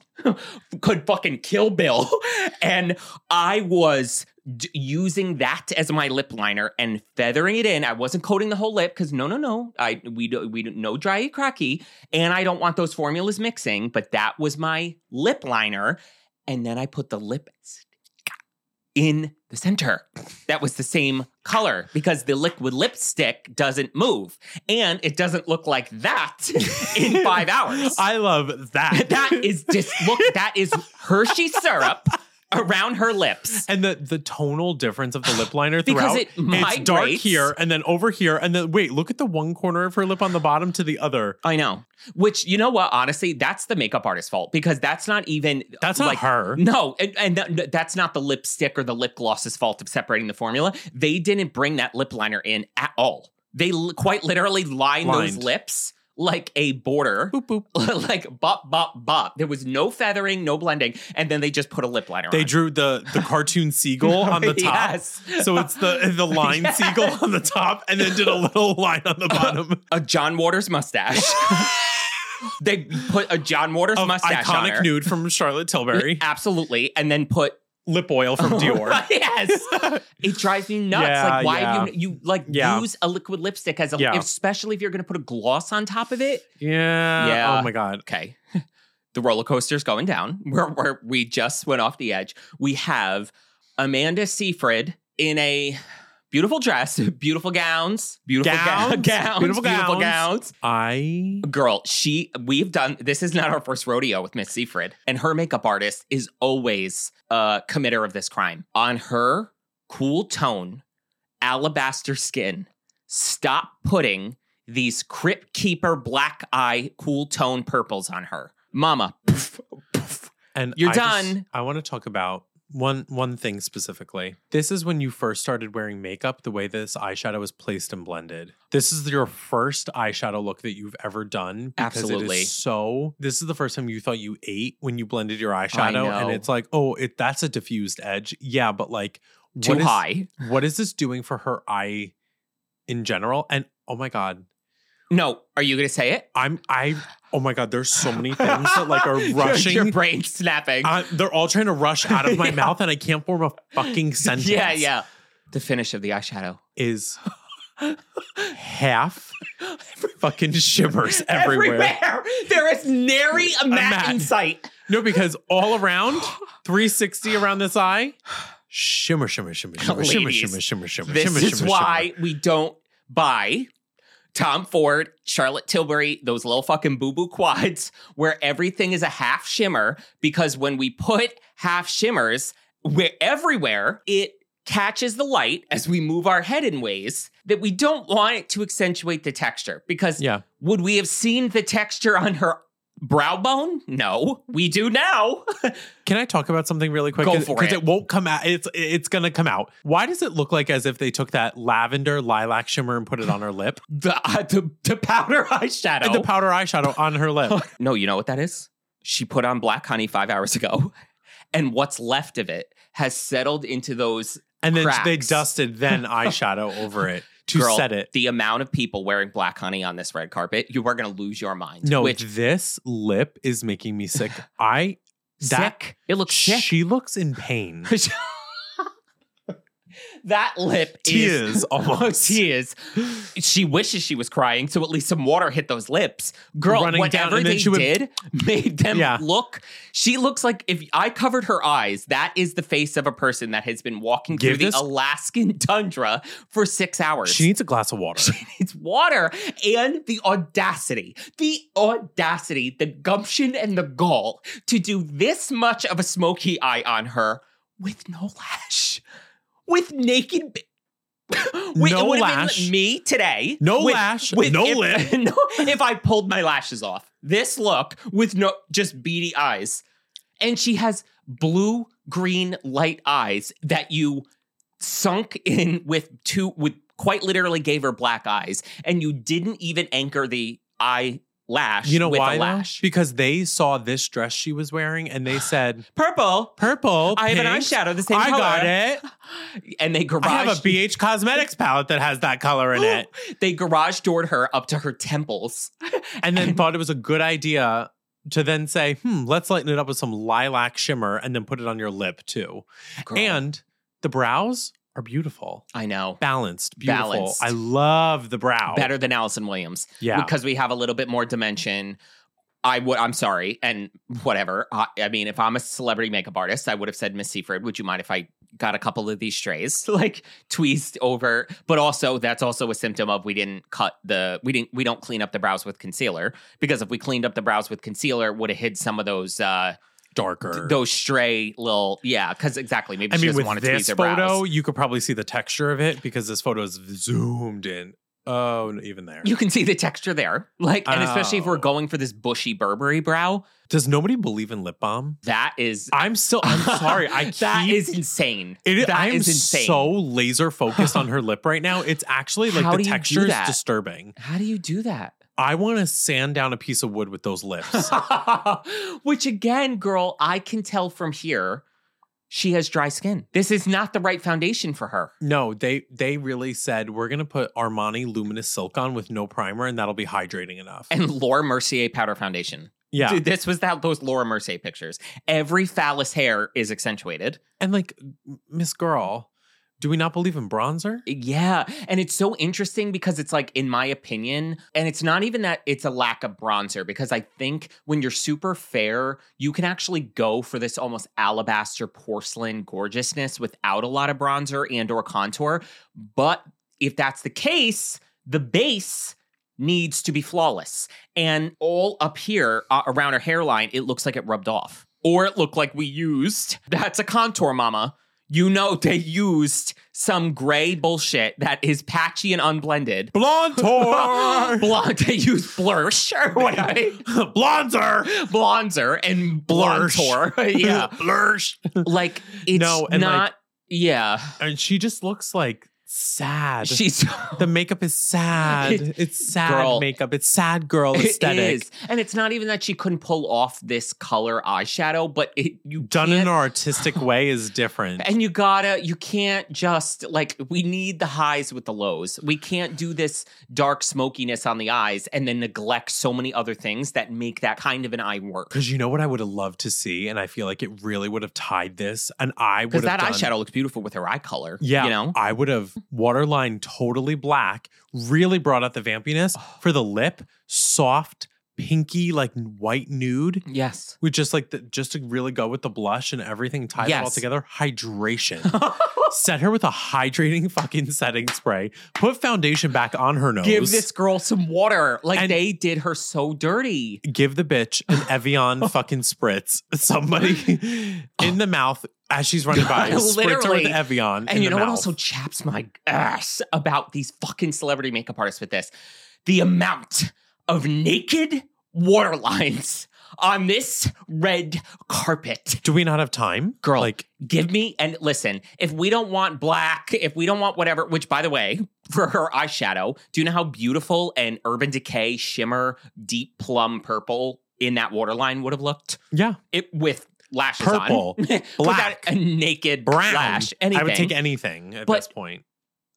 S2: could fucking kill Bill, and I was d- using that as my lip liner and feathering it in. I wasn't coating the whole lip because no, no, no. I we do, we do, no dry cracky, and I don't want those formulas mixing. But that was my lip liner, and then I put the lip in the center. That was the same color because the liquid lipstick doesn't move and it doesn't look like that in five hours.
S1: I love that.
S2: that is just look, that is Hershey syrup around her lips.
S1: And the the tonal difference of the lip liner
S2: Because
S1: throughout
S2: it
S1: it's dark
S2: migrates.
S1: here and then over here and then wait, look at the one corner of her lip on the bottom to the other.
S2: I know. Which you know what? Honestly, that's the makeup artist's fault because that's not even
S1: That's not
S2: like,
S1: her.
S2: No, and, and th- that's not the lipstick or the lip gloss's fault of separating the formula. They didn't bring that lip liner in at all. They l- quite literally lined those
S1: Lined.
S2: lips like a border.
S1: Boop boop.
S2: like bop bop bop. There was no feathering, no blending, and then they just put a lip liner
S1: They
S2: on.
S1: drew the the cartoon seagull on the top.
S2: Yes.
S1: So it's the the line
S2: Yes.
S1: seagull on the top and then did a little line on the bottom
S2: a John Waters mustache. they put a John Waters
S1: of
S2: mustache on
S1: iconic
S2: her.
S1: nude from Charlotte Tilbury.
S2: Absolutely, and then put
S1: Lip oil from Dior.
S2: Oh, yes, it drives me nuts.
S1: Yeah,
S2: like, why
S1: yeah.
S2: you you like
S1: Yeah.
S2: use a liquid lipstick as a,
S1: Yeah.
S2: especially if you're going to put a gloss on top of it?
S1: Yeah.
S2: Yeah.
S1: Oh my god.
S2: Okay, the roller coaster's going down. We're, we're we just went off the edge. We have Amanda Seyfried in a beautiful dress, beautiful gowns, beautiful
S1: Gowns,
S2: gowns, gowns
S1: beautiful
S2: beautiful
S1: gowns.
S2: gowns.
S1: I
S2: Girl, she we've done this is not our first rodeo with Miss Seyfried, and her makeup artist is always a committer of this crime. On her cool tone, alabaster skin, stop putting these Crypt Keeper black eye cool tone purples on her. Mama, poof, poof.
S1: And
S2: You're
S1: I just-
S2: done.
S1: I want to talk about one one thing specifically. This is when you first started wearing makeup, the way this eyeshadow is placed and blended. This is your first eyeshadow look that you've ever done. because it is
S2: Absolutely.
S1: so this is the first time you thought you ate when you blended your eyeshadow.
S2: know.
S1: And it's like, oh, it that's a diffused edge. Yeah, but like
S2: too
S1: what is-
S2: high.
S1: what is this doing for her eye in general? And oh my God.
S2: No, are you gonna say it?
S1: I'm I oh my god, there's so many things that like are
S2: Your-
S1: rushing
S2: Your brain snapping.
S1: I, they're all trying to rush out of my
S2: Yeah.
S1: mouth, and I can't form a fucking sentence.
S2: yeah, yeah. The finish of the eyeshadow.
S1: Is half fucking shivers everywhere.
S2: Everywhere. There is nary a mat
S1: mat.
S2: in sight.
S1: No, because all around 360 around this eye, shimmer, shimmer, shimmer, shimmer, shimmer,
S2: Ladies,
S1: shimmer, shimmer, shimmer.
S2: This
S1: shimmer,
S2: is
S1: shimmer,
S2: why
S1: shimmer.
S2: we don't buy Tom Ford, Charlotte Tilbury, those little fucking boo boo quads where everything is a half shimmer because when we put half shimmers where everywhere it catches the light as we move our head in ways that we don't want it to accentuate the texture because
S1: Yeah,
S2: Would we have seen the texture on her brow bone? No, we do now.
S1: can I talk about something really quick?
S2: Go
S1: Because-
S2: for
S1: because
S2: it.
S1: it won't come out. It's it's gonna come out. Why does it look like as if they took that lavender lilac shimmer and put it on her lip?
S2: the, uh, the, the powder eyeshadow.
S1: And the powder eyeshadow on her lip.
S2: no, you know what that is? She put on black honey five hours ago, and what's left of it has settled into those.
S1: And then they
S2: cracks.
S1: dusted then eyeshadow over it to
S2: Girl,
S1: set it.
S2: The amount of people wearing black honey on this red carpet, you are going to lose your mind.
S1: No,
S2: which
S1: this lip is making me sick. I that-
S2: sick. It looks sick.
S1: she looks in pain.
S2: that lip is.
S1: Tears almost.
S2: Tears. She wishes she was crying, so at least some water hit those lips. Girl,
S1: Running down,
S2: whatever
S1: and then
S2: they
S1: she would-
S2: did made them
S1: Yeah.
S2: look. She looks like if I covered her eyes, that is the face of a person that has been walking
S1: Give
S2: through
S1: this-
S2: the Alaskan tundra for six hours.
S1: She needs a glass of water.
S2: It's water and the audacity, the audacity, the gumption and the gall to do this much of a smoky eye on her with no lash, with naked. b- With,
S1: No
S2: it would've been
S1: lash.
S2: me today.
S1: No
S2: with-
S1: lash, no
S2: if,
S1: lip.
S2: no, if I pulled my lashes off, this look with no just beady eyes, and she has blue green light eyes that you sunk in with two with quite literally gave her black eyes and you didn't even anchor the eye lash
S1: You know
S2: with
S1: why?
S2: a
S1: though?
S2: lash
S1: Because they saw this dress she was wearing and they said,
S2: purple
S1: "Purple,
S2: i have an
S1: pink,
S2: eyeshadow the same
S1: I
S2: color
S1: got it.
S2: and they garage
S1: I have a BH Cosmetics palette that has that color in it."
S2: they garage doored her up to her temples
S1: And then thought it was a good idea to then say, "Hmm, let's lighten it up with some lilac shimmer and then put it on your lip too."
S2: Girl,
S1: And the brows are beautiful.
S2: i know
S1: balanced, beautiful.
S2: Balanced.
S1: I love the brow.
S2: better than allison williams
S1: yeah.
S2: because we have a little bit more dimension. I would. I'm sorry, and whatever. I, I mean, if I'm a celebrity makeup artist, I would have said Miss Seaford. Would you mind if I got a couple of these strays, like tweezed over? But also, that's also a symptom of we didn't cut the we didn't we don't clean up the brows with concealer because if we cleaned up the brows with concealer, would have hid some of those uh,
S1: darker.
S2: those stray little yeah because exactly maybe
S1: I
S2: she
S1: mean,
S2: doesn't
S1: with
S2: want it to be
S1: this
S2: their
S1: photo,
S2: brows.
S1: you could probably see the texture of it because this photo is zoomed in. Oh, no, even there.
S2: you can see the texture there like and especially if we're
S1: Oh.
S2: going for this bushy burberry brow
S1: Does nobody believe in lip balm?
S2: that is
S1: I'm still. I'm sorry. I
S2: that
S1: keep,
S2: is insane
S1: It,
S2: That
S1: I'm
S2: is insane
S1: so laser focused on her lip right now. It's actually like
S2: How
S1: the
S2: do you do
S1: texture is
S2: that?
S1: disturbing.
S2: how do you do that
S1: I want to sand down a piece of wood with those lips.
S2: Which again, girl, I can tell from here, she has dry skin. This is not the right foundation for her.
S1: no, they they really said we're gonna put Armani luminous silk on with no primer, and that'll be hydrating enough.
S2: And Laura Mercier powder foundation.
S1: yeah,
S2: Dude, this was that those Laura Mercier pictures. Every phallus hair is accentuated.
S1: and like Miss Girl, do we not believe in bronzer?
S2: Yeah. And it's so interesting because it's like, in my opinion, and it's not even that it's a lack of bronzer, because I think when you're super fair, you can actually go for this almost alabaster porcelain gorgeousness without a lot of bronzer and or contour. But if that's the case, the base needs to be flawless. And all up here uh, around her hairline, it looks like it rubbed off. Or it looked like we used. That's a contour, mama you know they used some gray bullshit that is patchy and unblended.
S1: Blonde
S2: Blonde, they used blursh or whatever.
S1: Blonzer.
S2: Blonzer and
S1: Blursh.
S2: blontor. yeah.
S1: Blursh.
S2: Like it's
S1: No, and, like-
S2: not yeah.
S1: And she just looks like sad.
S2: She's
S1: the makeup is sad. it's sad
S2: Girl.
S1: makeup. It's sad girl aesthetic.
S2: It is. And it's not even that she couldn't pull off this color eyeshadow, but it you
S1: Done
S2: can't
S1: in an artistic way is different.
S2: And you gotta, you can't just like, we need the highs with the lows. We can't do this dark smokiness on the eyes and then neglect so many other things that make that kind of an eye work.
S1: Because you know what I would have loved to see, and I feel like it really would have tied this, and I would
S2: Because
S1: have
S2: that
S1: done,
S2: eyeshadow looks beautiful with her eye color.
S1: Yeah,
S2: You know?
S1: I would have waterline totally black, really brought out the vampiness for the lip, soft pinky like white nude.
S2: Yes.
S1: with just like the, just to really go with the blush and everything ties it all
S2: Yes.
S1: together. Hydration. Set her with a hydrating fucking setting spray. Put foundation back on her nose.
S2: Give this girl some water. Like,
S1: And-
S2: they did her so dirty.
S1: Give the bitch an Evian fucking spritz. Somebody in the mouth as she's running by. Spritz her with
S2: Literally.
S1: Evian. in
S2: And you
S1: the
S2: know what
S1: mouth.
S2: also chaps my ass about these fucking celebrity makeup artists with this? The amount of naked waterlines on this red carpet.
S1: Do we not have time,
S2: Girl.
S1: Like
S2: Give me and listen, if we don't want black, if we don't want whatever, which by the way, for her eyeshadow, do you know how beautiful an urban decay shimmer deep plum purple in that waterline would have looked?
S1: yeah,
S2: It with lashes
S1: Purple,
S2: on.
S1: black,
S2: Without a naked
S1: brown.
S2: lash. Anything.
S1: I would take anything at
S2: But
S1: this point.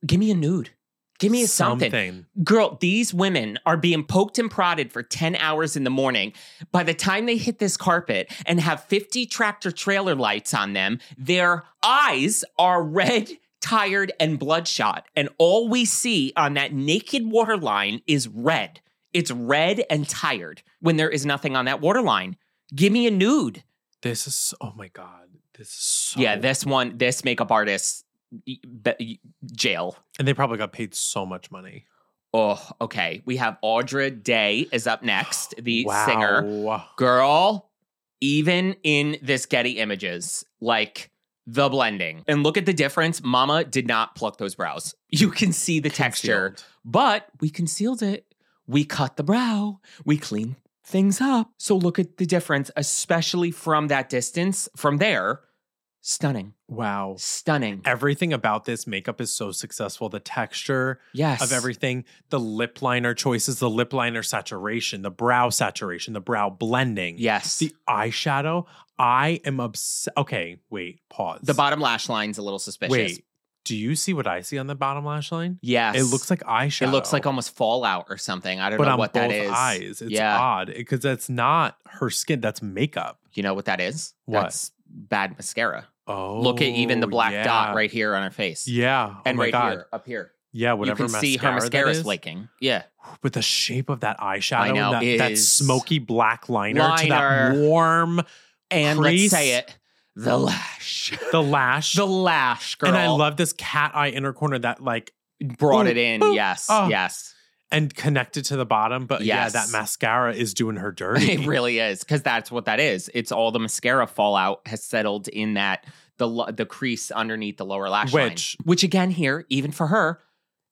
S2: give me a nude. Give me a something. Girl, these women are being poked and prodded for 10 hours in the morning. By the time they hit this carpet and have 50 tractor trailer lights on them, their eyes are red, tired, and bloodshot. And all we see on that naked waterline is red. It's red and tired when there is nothing on that waterline. Give me a nude.
S1: This is oh my god. This is so
S2: Yeah, this one, this makeup artist, y- be- y- jail.
S1: and they probably got paid so much money.
S2: Oh, okay. We have Audra Day is up next, the singer.
S1: Wow.
S2: Girl, even in this Getty images, like the blending. And look at the difference. Mama did not pluck those brows. You can see the texture,
S1: Concealed.
S2: but we concealed it. We cut the brow. We clean things up. So look at the difference, especially from that distance, from there. Stunning.
S1: Wow.
S2: Stunning.
S1: Everything about this makeup is so successful. The texture
S2: Yes.
S1: of everything, the lip liner choices, the lip liner saturation, the brow saturation, the brow blending,
S2: Yes.
S1: the eyeshadow. I am obsessed. Okay, wait, pause.
S2: The bottom lash line's a little suspicious.
S1: Wait, do you see what I see on the bottom lash line?
S2: Yes.
S1: It looks like eyeshadow.
S2: it looks like almost fallout or something. I don't
S1: but
S2: know
S1: on
S2: what
S1: both
S2: that is.
S1: eyes. It's
S2: Yeah.
S1: odd because that's not her skin. That's makeup.
S2: You know what that is?
S1: What?
S2: That's bad mascara.
S1: Oh,
S2: Look at even the black
S1: yeah.
S2: dot right here on her face.
S1: Yeah.
S2: And
S1: oh my
S2: right
S1: god.
S2: here, up here.
S1: Yeah. Whatever.
S2: you can see her
S1: mascara that
S2: mascara
S1: is.
S2: flaking. Yeah.
S1: But the shape of that eyeshadow, and
S2: know,
S1: that, that
S2: is-
S1: smoky black liner, to that
S2: Liner.
S1: warm,
S2: And
S1: Crease.
S2: let's say it. The lash.
S1: the lash,
S2: The lash, girl.
S1: and I love this cat eye inner corner that like,
S2: brought
S1: Ooh,
S2: it in.
S1: boop.
S2: Yes.
S1: Oh.
S2: Yes.
S1: and connected to the bottom. But
S2: Yes.
S1: yeah, that mascara is doing her dirty.
S2: It really is because that's what that is. It's all the mascara fallout has settled in that the lo- the crease underneath the lower lash
S1: Which-
S2: line. Which again, here even for her,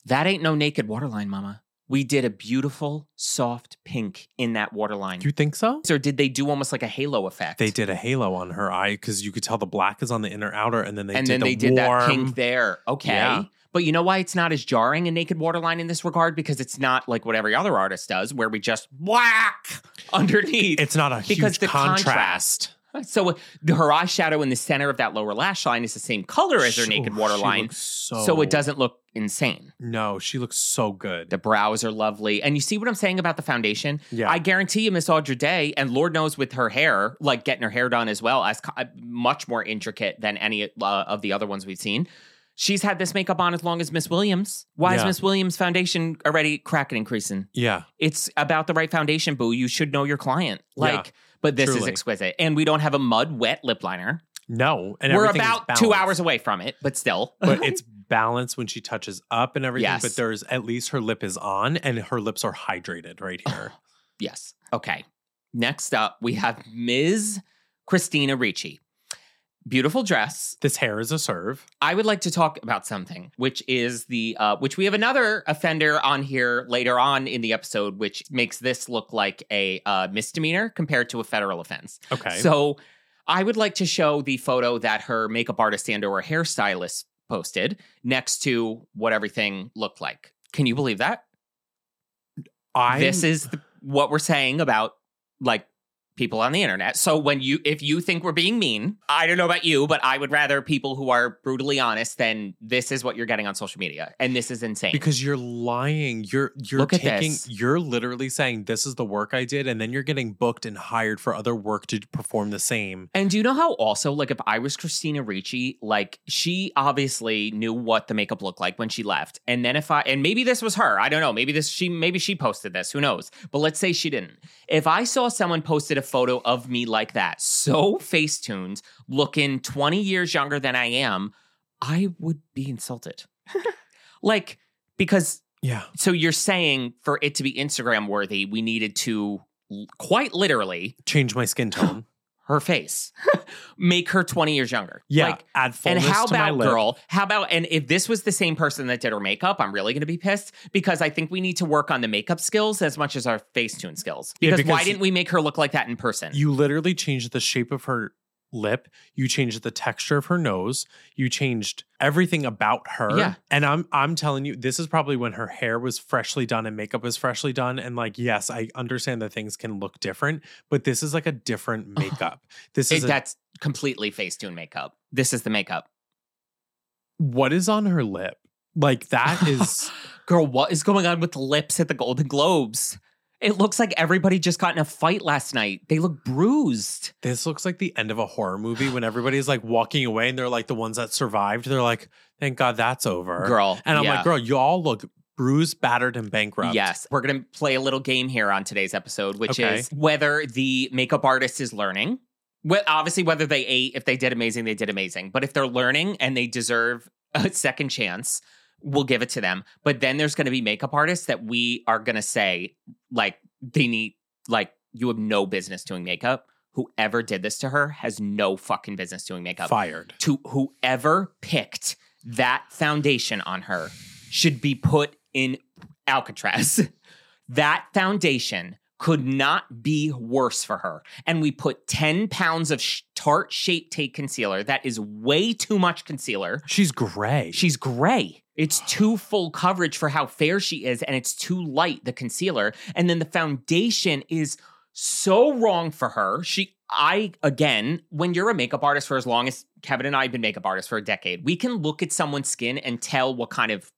S2: that ain't no naked waterline, Mama. We did a beautiful soft pink in that waterline.
S1: you think so?
S2: or did they do almost like a halo effect?
S1: They did a halo on her eye because you could tell the black is on the inner outer, and then they
S2: and
S1: did
S2: then
S1: the
S2: they did
S1: warm,
S2: that pink there. Okay.
S1: Yeah.
S2: But you know why it's not as jarring a naked waterline in this regard? Because it's not like what every other artist does, where we just whack underneath.
S1: It's not a
S2: Because
S1: huge
S2: the
S1: contrast.
S2: contrast. So uh, the- her eyeshadow in the center of that lower lash line is the same color as her
S1: She-
S2: naked
S1: oh, she
S2: waterline,
S1: looks
S2: so,
S1: So,
S2: it doesn't look insane.
S1: No, she looks so good.
S2: The brows are lovely, and you see what I'm saying about the foundation.
S1: Yeah.
S2: I guarantee you, Miss Audra Day, and Lord knows with her hair, like getting her hair done as well, as co- uh, much more intricate than any uh, of the other ones we've seen. She's had this makeup on as long as Miss Williams. Why is
S1: Yeah.
S2: Miss Williams' foundation already cracking and creasing?
S1: yeah.
S2: it's about the right foundation, boo. You should know your client.
S1: Yeah,
S2: Like, but this is
S1: truly.
S2: exquisite. And we don't have a mud wet lip liner.
S1: No, and
S2: We're
S1: everything is
S2: about two
S1: balanced.
S2: hours away from it, but still.
S1: but it's balanced when she touches up and everything.
S2: Yes.
S1: But there's at least her lip is on and her lips are hydrated right here.
S2: yes. Okay. Next up, we have Ms. Christina Ricci. Beautiful dress.
S1: this hair is a serve.
S2: I would like to talk about something, which is the uh, which we have another offender on here later on in the episode, which makes this look like a uh, misdemeanor compared to a federal offense.
S1: Okay.
S2: So I would like to show the photo that her makeup artist and or hairstylist posted next to what everything looked like. Can you believe that?
S1: I
S2: this is the, what we're saying about like people on the internet. So when you if you think we're being mean, I don't know about you, but I would rather people who are brutally honest than this is what you're getting on social media and this is insane.
S1: because you're lying. You're you're
S2: Look at
S1: taking
S2: this.
S1: you're literally saying this is the work I did, and then you're getting booked and hired for other work to perform the same.
S2: And do you know how also like if I was Christina Ricci, like she obviously knew what the makeup looked like when she left. And then if I and maybe this was her, I don't know, maybe this she maybe she posted this, who knows. But let's say she didn't. If I saw someone posted a photo of me like that, so facetuned, looking 20 years younger than I am, I would be insulted. like because
S1: Yeah.
S2: so you're saying for it to be Instagram worthy, we needed to l- quite literally
S1: Change my skin tone.
S2: her face, make her 20 years younger.
S1: Yeah.
S2: Like,
S1: add
S2: and
S1: fullness
S2: how
S1: to my
S2: about
S1: lip.
S2: girl? How about and if this was the same person that did her makeup, I'm really going to be pissed because I think we need to work on the makeup skills as much as our Facetune skills.
S1: Yeah,
S2: Because, why
S1: because-
S2: didn't we make her look like that in person?
S1: You literally changed the shape of her lip. You changed the texture of her nose. You changed everything about her.
S2: Yeah.
S1: And I'm I'm telling you, this is probably when her hair was freshly done and makeup was freshly done. And like, yes, I understand that things can look different, but this is like a different makeup. This
S2: It-
S1: is a-
S2: that's completely Facetune makeup. This is the makeup.
S1: what is on her lip. Like that is
S2: Girl, what is going on with the lips at the Golden Globes? It looks like everybody just got in a fight last night. They look bruised.
S1: this looks like the end of a horror movie when everybody's like walking away and they're like the ones that survived. They're like, thank God that's over.
S2: Girl.
S1: And I'm
S2: yeah.
S1: like, girl, y'all look bruised, battered, and bankrupt.
S2: Yes. We're going to play a little game here on today's episode, which
S1: Okay.
S2: is whether the makeup artist is learning. Well, obviously, whether they ate, if they did amazing, they did amazing. But if they're learning and they deserve a second chance, we'll give it to them. But then there's going to be makeup artists that we are going to say, like, they need, like, you have no business doing makeup. Whoever did this to her has no fucking business doing makeup
S1: Fired.
S2: to whoever picked that foundation on her should be put in Alcatraz. that foundation could not be worse for her. And we put 10 pounds of sh- tart shape tape concealer. That is way too much concealer.
S1: She's gray.
S2: She's gray. It's too full coverage for how fair she is, and it's too light, the concealer. And then the foundation is so wrong for her. She, I, again, when you're a makeup artist for as long as Kevin and I have been makeup artists for a decade, we can look at someone's skin and tell what kind of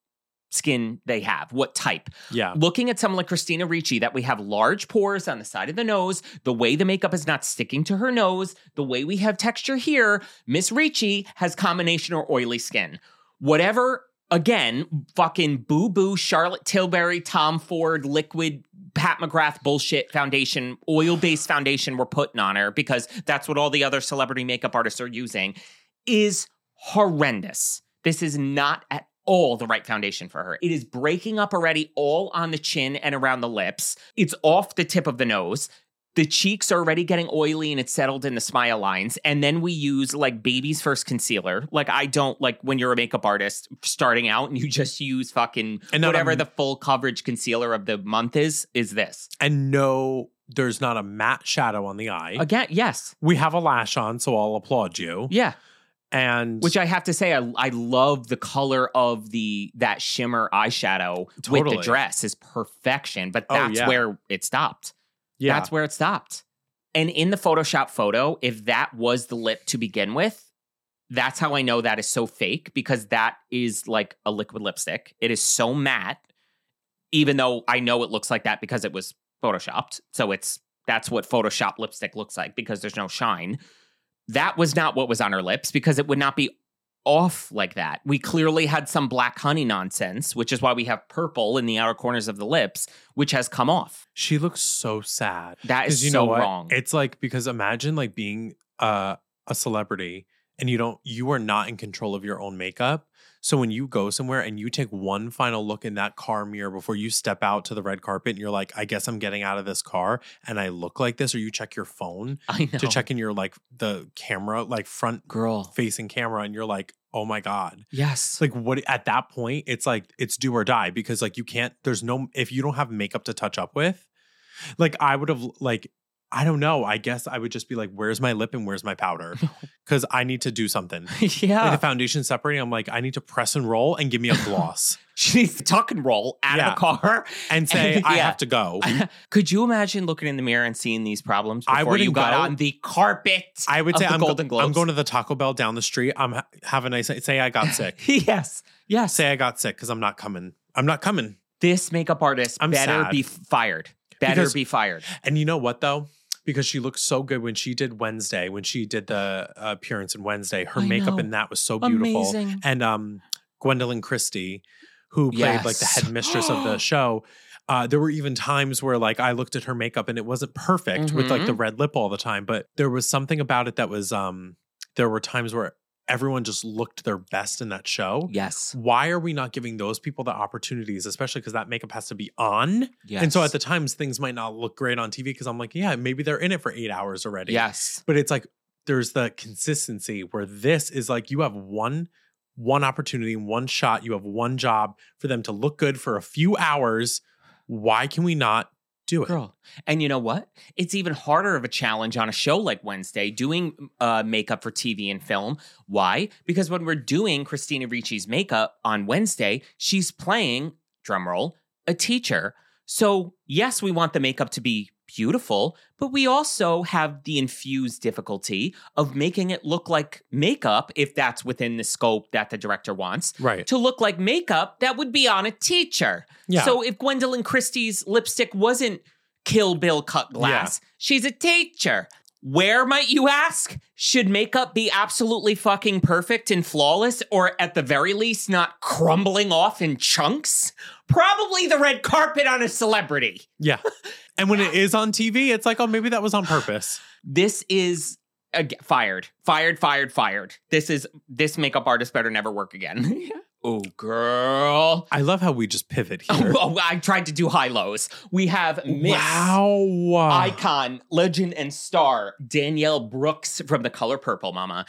S2: skin they have, what type
S1: yeah.
S2: looking at someone like Christina Ricci, that we have large pores on the side of the nose, the way the makeup is not sticking to her nose, the way we have texture here, Miss Ricci has combination or oily skin. Whatever, again, fucking boo boo Charlotte Tilbury, Tom Ford, liquid Pat McGrath bullshit foundation, oil based foundation we're putting on her because that's what all the other celebrity makeup artists are using is horrendous. This is not at all the right foundation for her. It is breaking up already all on the chin and around the lips. It's off the tip of the nose. The cheeks are already getting oily and it's settled in the smile lines. And then we use like baby's first concealer. Like I don't like when you're a makeup artist starting out and you just use fucking
S1: And not a-
S2: whatever the full coverage concealer of the month is, is this.
S1: and no, there's not a matte shadow on the eye.
S2: Again, yes.
S1: we have a lash on, so I'll applaud you.
S2: Yeah.
S1: And
S2: Which I have to say, I, I love the color of the that shimmer eyeshadow with
S1: Totally.
S2: the dress is perfection. But
S1: Oh,
S2: that's
S1: yeah.
S2: where it stopped.
S1: yeah,
S2: That's where it stopped. And in the Photoshop photo, if that was the lip to begin with, that's how I know that is so fake because that is like a liquid lipstick. It is so matte, even though I know it looks like that because it was photoshopped. So it's that's what Photoshop lipstick looks like because there's no shine. That was not what was on her lips because it would not be off like that. We clearly had some black honey nonsense, which is why we have purple in the outer corners of the lips, which has come off.
S1: she looks so sad.
S2: That
S1: 'Cause
S2: is
S1: you know
S2: so
S1: what?
S2: wrong.
S1: It's like because imagine like being uh, a celebrity and you don't you are not in control of your own makeup. So when you go somewhere and you take one final look in that car mirror before you step out to the red carpet and you're like, I guess I'm getting out of this car and I look like this, or you check your phone
S2: I know.
S1: to check in your like the camera, like front
S2: girl.
S1: facing camera, and you're like, oh my God. It's
S2: Yes.
S1: like what at that point it's like it's do or die because like you can't there's no if you don't have makeup to touch up with like i would have like i don't know i guess i would just be like where's my lip and where's my powder because i need to do something like
S2: yeah.
S1: the foundation separating i'm like i need to press and roll and give me a gloss
S2: She needs to tuck and roll out
S1: Yeah.
S2: of the car.
S1: and say i
S2: Yeah.
S1: have to go
S2: Could you imagine looking in the mirror and seeing these problems
S1: I
S2: before you
S1: wouldn't
S2: got
S1: go.
S2: on the carpet?
S1: i would
S2: of
S1: say
S2: the
S1: I'm, go-
S2: Golden Globes.
S1: I'm going to the taco bell down the street i'm ha- have a nice say i got sick
S2: yes. Yes.
S1: say i got sick because i'm not coming i'm not coming
S2: this makeup artist
S1: I'm
S2: better
S1: sad.
S2: be fired. Better
S1: Because-
S2: be fired.
S1: And you know what though? Because she looked so good when she did Wednesday, when she did the uh, appearance in Wednesday, her
S2: I
S1: makeup
S2: know.
S1: in that was so beautiful.
S2: Amazing.
S1: And um, Gwendolyn Christie, who played like the
S2: Yes.
S1: headmistress of the show, uh, there were even times where like I looked at her makeup and it wasn't perfect with like the
S2: Mm-hmm.
S1: red lip all the time, but there was something about it that was um, there were times where everyone just looked their best in that show.
S2: Yes.
S1: Why are we not giving those people the opportunities, especially because that makeup has to be on?
S2: Yes.
S1: And so at the times things might not look great on TV because I'm like, yeah, maybe they're in it for eight hours already.
S2: Yes.
S1: But it's like there's the consistency where this is like you have one one opportunity, one shot, you have one job for them to look good for a few hours. Why can we not do it?
S2: Girl. And you know what? It's even harder of a challenge on a show like Wednesday doing uh, makeup for TV and film. Why? Because when we're doing Christina Ricci's makeup on Wednesday, she's playing, drumroll, a teacher. So, yes, we want the makeup to be beautiful, but we also have the infused difficulty of making it look like makeup if that's within the scope that the director wants.
S1: Right.
S2: To look like makeup that would be on a teacher.
S1: Yeah.
S2: So if Gwendolyn Christie's lipstick wasn't Kill Bill cut glass, she's a teacher. Where might you ask? Should makeup be absolutely fucking perfect and flawless, or at the very least, not crumbling off in chunks? Probably the red carpet on a celebrity.
S1: yeah. And when it is on TV, it's like, oh, maybe that was on purpose.
S2: This is ag- fired, fired, fired, fired. This is this makeup artist better never work again. oh, girl.
S1: I love how we just pivot here.
S2: Oh, I tried to do high lows. We have Miss.
S1: Wow.
S2: icon, legend, and star Danielle Brooks from The Color Purple, Mama.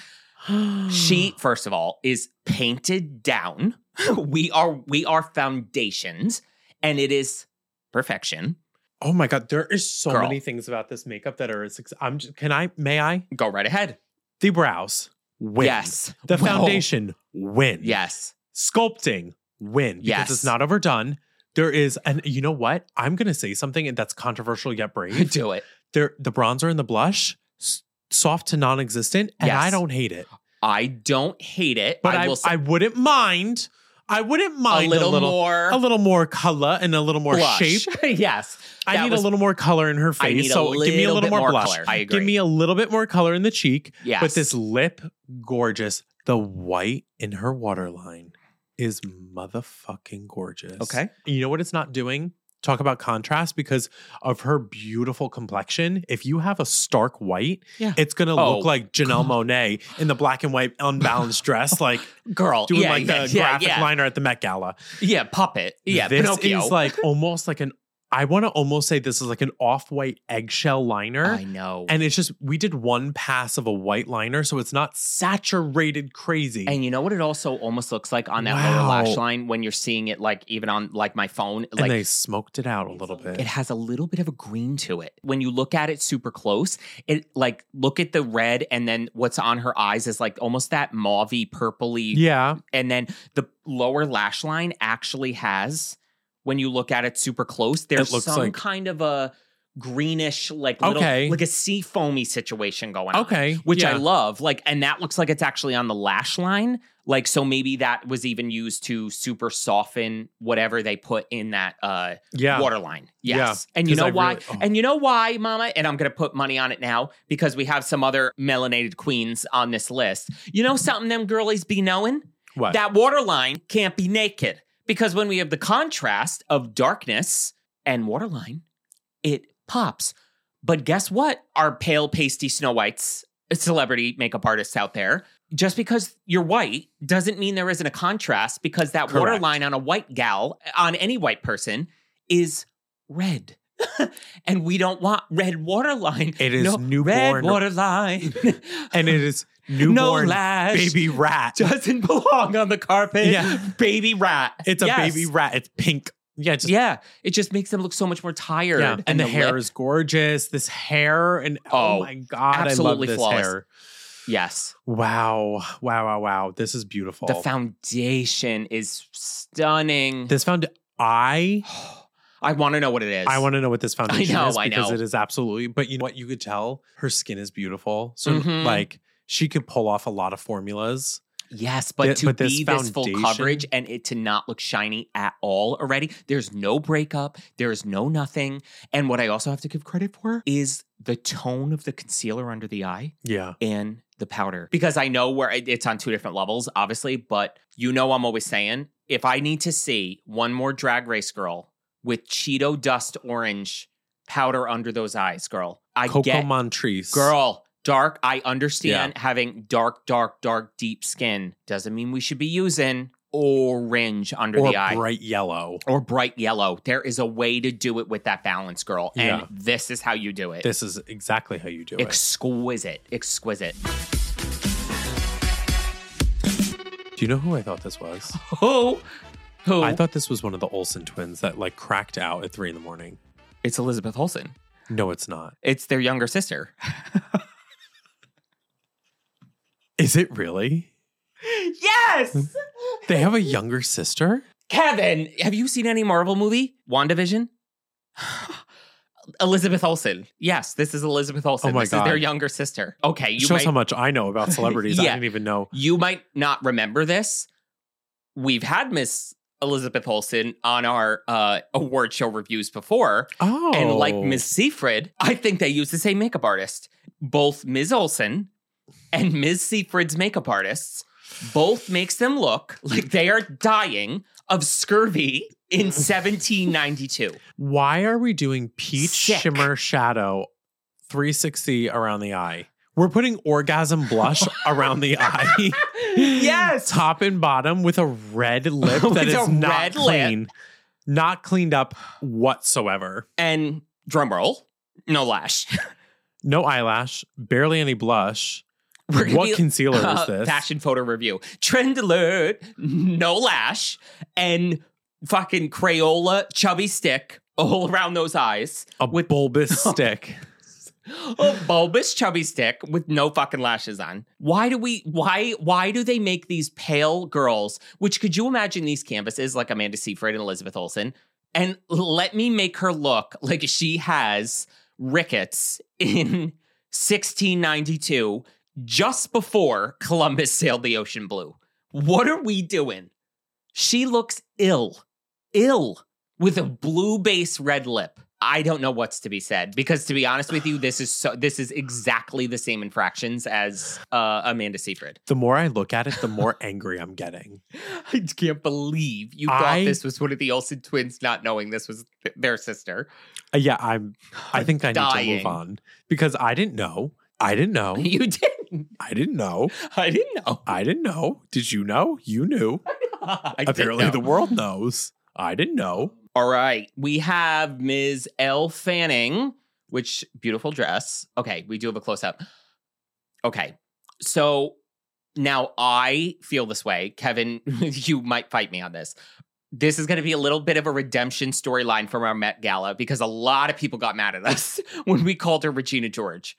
S2: She, first of all, is painted down. we are we are foundations, and it is perfection.
S1: Oh my God. There is so
S2: Girl.
S1: many things about this makeup that are. suc- I'm just, can I, may I?
S2: Go right ahead.
S1: the brows win.
S2: Yes,
S1: The
S2: Well,
S1: foundation win.
S2: Yes,
S1: Sculpting win because
S2: Yes.
S1: it's not overdone. There is, and you know what? I'm gonna say something and that's controversial yet brave.
S2: do it.
S1: there, the bronzer and the blush, s- soft to non-existent, and
S2: Yes.
S1: I don't hate it.
S2: I don't hate it,
S1: But I,
S2: I
S1: I,
S2: will say
S1: wouldn't mind. I wouldn't
S2: a
S1: mind
S2: little,
S1: a little,
S2: more.
S1: a little more color and a little more
S2: blush.
S1: shape.
S2: yes,
S1: I
S2: That
S1: need
S2: was-
S1: a little more color in her face.
S2: I need a
S1: so give me a
S2: little
S1: little
S2: bit
S1: more,
S2: more
S1: blush.
S2: color. I
S1: Give
S2: agree.
S1: me a little bit more color in the cheek.
S2: Yes,
S1: But this lip, gorgeous. The white in her waterline is motherfucking gorgeous.
S2: Okay.
S1: You know what it's not doing? talk about contrast because of her beautiful complexion. If you have a stark white,
S2: Yeah.
S1: it's gonna
S2: Oh,
S1: look like Janelle Monet in the black and white unbalanced dress, like
S2: girl,
S1: doing
S2: yeah,
S1: like
S2: yeah,
S1: the
S2: yeah,
S1: graphic
S2: yeah.
S1: liner at the Met Gala.
S2: yeah, puppet, yeah,
S1: this
S2: Pinocchio.
S1: is like almost like an. I want to almost say this is like an off-white eggshell liner.
S2: I know,
S1: and it's just we did one pass of a white liner, so it's not saturated crazy.
S2: And you know what it also almost looks like on that
S1: Wow.
S2: lower lash line when you're seeing it like even on like my phone
S1: And
S2: like
S1: they smoked it out a little bit.
S2: it has a little bit of a green to it. When you look at it super close, it like look at the red and then what's on her eyes is like almost that mauvey purpley
S1: yeah,
S2: and then the lower lash line actually has when you look at it super close there's
S1: looks
S2: some
S1: like-
S2: kind of a greenish like little
S1: Okay.
S2: like a sea foamy situation going on
S1: okay,
S2: which I
S1: yeah.
S2: love. Like, and that looks like it's actually on the lash line. Like, so maybe that was even used to super soften whatever they put in that uh
S1: yeah.
S2: waterline.
S1: Yeah,
S2: Yes. and you
S1: 'cause
S2: know
S1: I
S2: why?
S1: really- oh.
S2: And you know why, Mama? And I'm gonna put money on it now because we have some other melanated queens on this list. You know something them girlies be knowing?
S1: What?
S2: That waterline can't be naked. Because when we have the contrast of darkness and waterline, it pops. But guess what? Our pale, pasty Snow Whites, uh, celebrity makeup artists out there, just because you're white doesn't mean there isn't a contrast because that water
S1: Correct.
S2: line on a white gal, on any white person, is red. and we don't want red waterline.
S1: It is
S2: no, red
S1: newborn-
S2: waterline.
S1: and it is
S2: no
S1: newborn
S2: lash
S1: baby rat.
S2: doesn't belong on the carpet.
S1: Yeah.
S2: Baby rat.
S1: It's a
S2: Yes.
S1: baby rat. It's pink. Yeah, it's just,
S2: yeah. It just makes them look so much more tired.
S1: yeah. And, the, hair
S2: lip-
S1: is gorgeous. This hair and oh,
S2: Oh,
S1: my god, I love
S2: absolutely
S1: this
S2: flawless.
S1: hair.
S2: Yes.
S1: Wow, wow, wow, wow. This is beautiful.
S2: The foundation is stunning.
S1: this found I
S2: I want to know what it is.
S1: I want to know what this foundation
S2: know,
S1: is
S2: I
S1: because
S2: know.
S1: it is absolutely. But you know what? You could tell her skin is beautiful. So
S2: Mhm.
S1: like she could pull off a lot of formulas.
S2: Yes, but
S1: Yeah,
S2: to
S1: but this
S2: be this full
S1: foundation-
S2: coverage and it to not look shiny at all already. There's no breakup. There is no nothing. And what I also have to give credit for is the tone of the concealer under the eye.
S1: Yeah,
S2: and the powder because I know where it- it's on two different levels, obviously. But you know, I'm always saying if I need to see one more drag race girl with Cheeto dust orange powder under those eyes, girl, I
S1: Coco
S2: get
S1: Montrese.
S2: girl dark. I understand having dark, dark, dark, deep skin doesn't mean we should be using orange under
S1: or
S2: the eye.
S1: bright yellow.
S2: or bright yellow. There is a way to do it with that balance, girl.
S1: Yeah.
S2: And this is how you do it.
S1: This is exactly how you do it.
S2: exquisite. Exquisite.
S1: Do you know who I thought this was?
S2: Who? Who?
S1: I thought this was one of the Olsen twins that like cracked out at three in the morning.
S2: It's Elizabeth Olsen.
S1: No, it's not.
S2: It's their younger sister.
S1: Is it really?
S2: Yes!
S1: They have a younger sister?
S2: Kevin, have you seen any Marvel movie? WandaVision? Elizabeth Olsen. Yes, this is Elizabeth Olsen.
S1: Oh my
S2: this is their
S1: God.
S2: younger sister. Okay, you
S1: Shows
S2: might,
S1: how much I know about celebrities. I
S2: Yeah.
S1: didn't even know.
S2: you might not remember this. We've had Miss Elizabeth Olsen on our uh, award show reviews before.
S1: Oh.
S2: And like Ms. Seafred, I think they use the same makeup artist. Both Ms. Olsen and Ms. Seafred's makeup artists both makes them look like they are dying of scurvy in 1792.
S1: Why are we doing peach
S2: Sick.
S1: shimmer shadow 360 around the eye? We're putting orgasm blush around the eye.
S2: Yes.
S1: Top and bottom with a red lip
S2: With
S1: that is
S2: a
S1: not
S2: red lip.
S1: clean. Not cleaned up whatsoever.
S2: And drum roll, no lash.
S1: No eyelash, barely any blush.
S2: We're gonna
S1: what
S2: be-
S1: concealer
S2: Uh,
S1: is this?
S2: Fashion photo review. Trend alert, no lash, and fucking Crayola chubby stick all around those eyes.
S1: A bulbous stick.
S2: a bulbous chubby stick with no fucking lashes on. Why do we why why do they make these pale girls, which could you imagine these canvases like Amanda Seyfried and Elizabeth Olsen? And let me make her look like she has rickets in 1692, just before Columbus sailed the ocean blue. What are we doing? She looks ill, ill with a blue base red lip. I don't know what's to be said because to be honest with you, this is so this is exactly the same infractions as uh, Amanda Seyfried.
S1: The more I look at it, the more angry I'm getting.
S2: I can't believe you thought
S1: I-
S2: this was one of the Olsen twins, not knowing this was th- their sister.
S1: Uh, yeah, I'm. I think I need to
S2: Dying.
S1: move on because I didn't know. I didn't know.
S2: You didn't.
S1: I didn't know.
S2: I didn't know.
S1: I didn't know. Did you know? You knew.
S2: I didn't
S1: Apparently,
S2: know.
S1: the world knows. I didn't know.
S2: All right. We have Ms. Elle Fanning, which beautiful dress. Okay, we do have a close up. Okay. So now I feel this way. Kevin, you might fight me on this. This is going to be a little bit of a redemption storyline from our Met Gala because a lot of people got mad at us when we called her Regina George.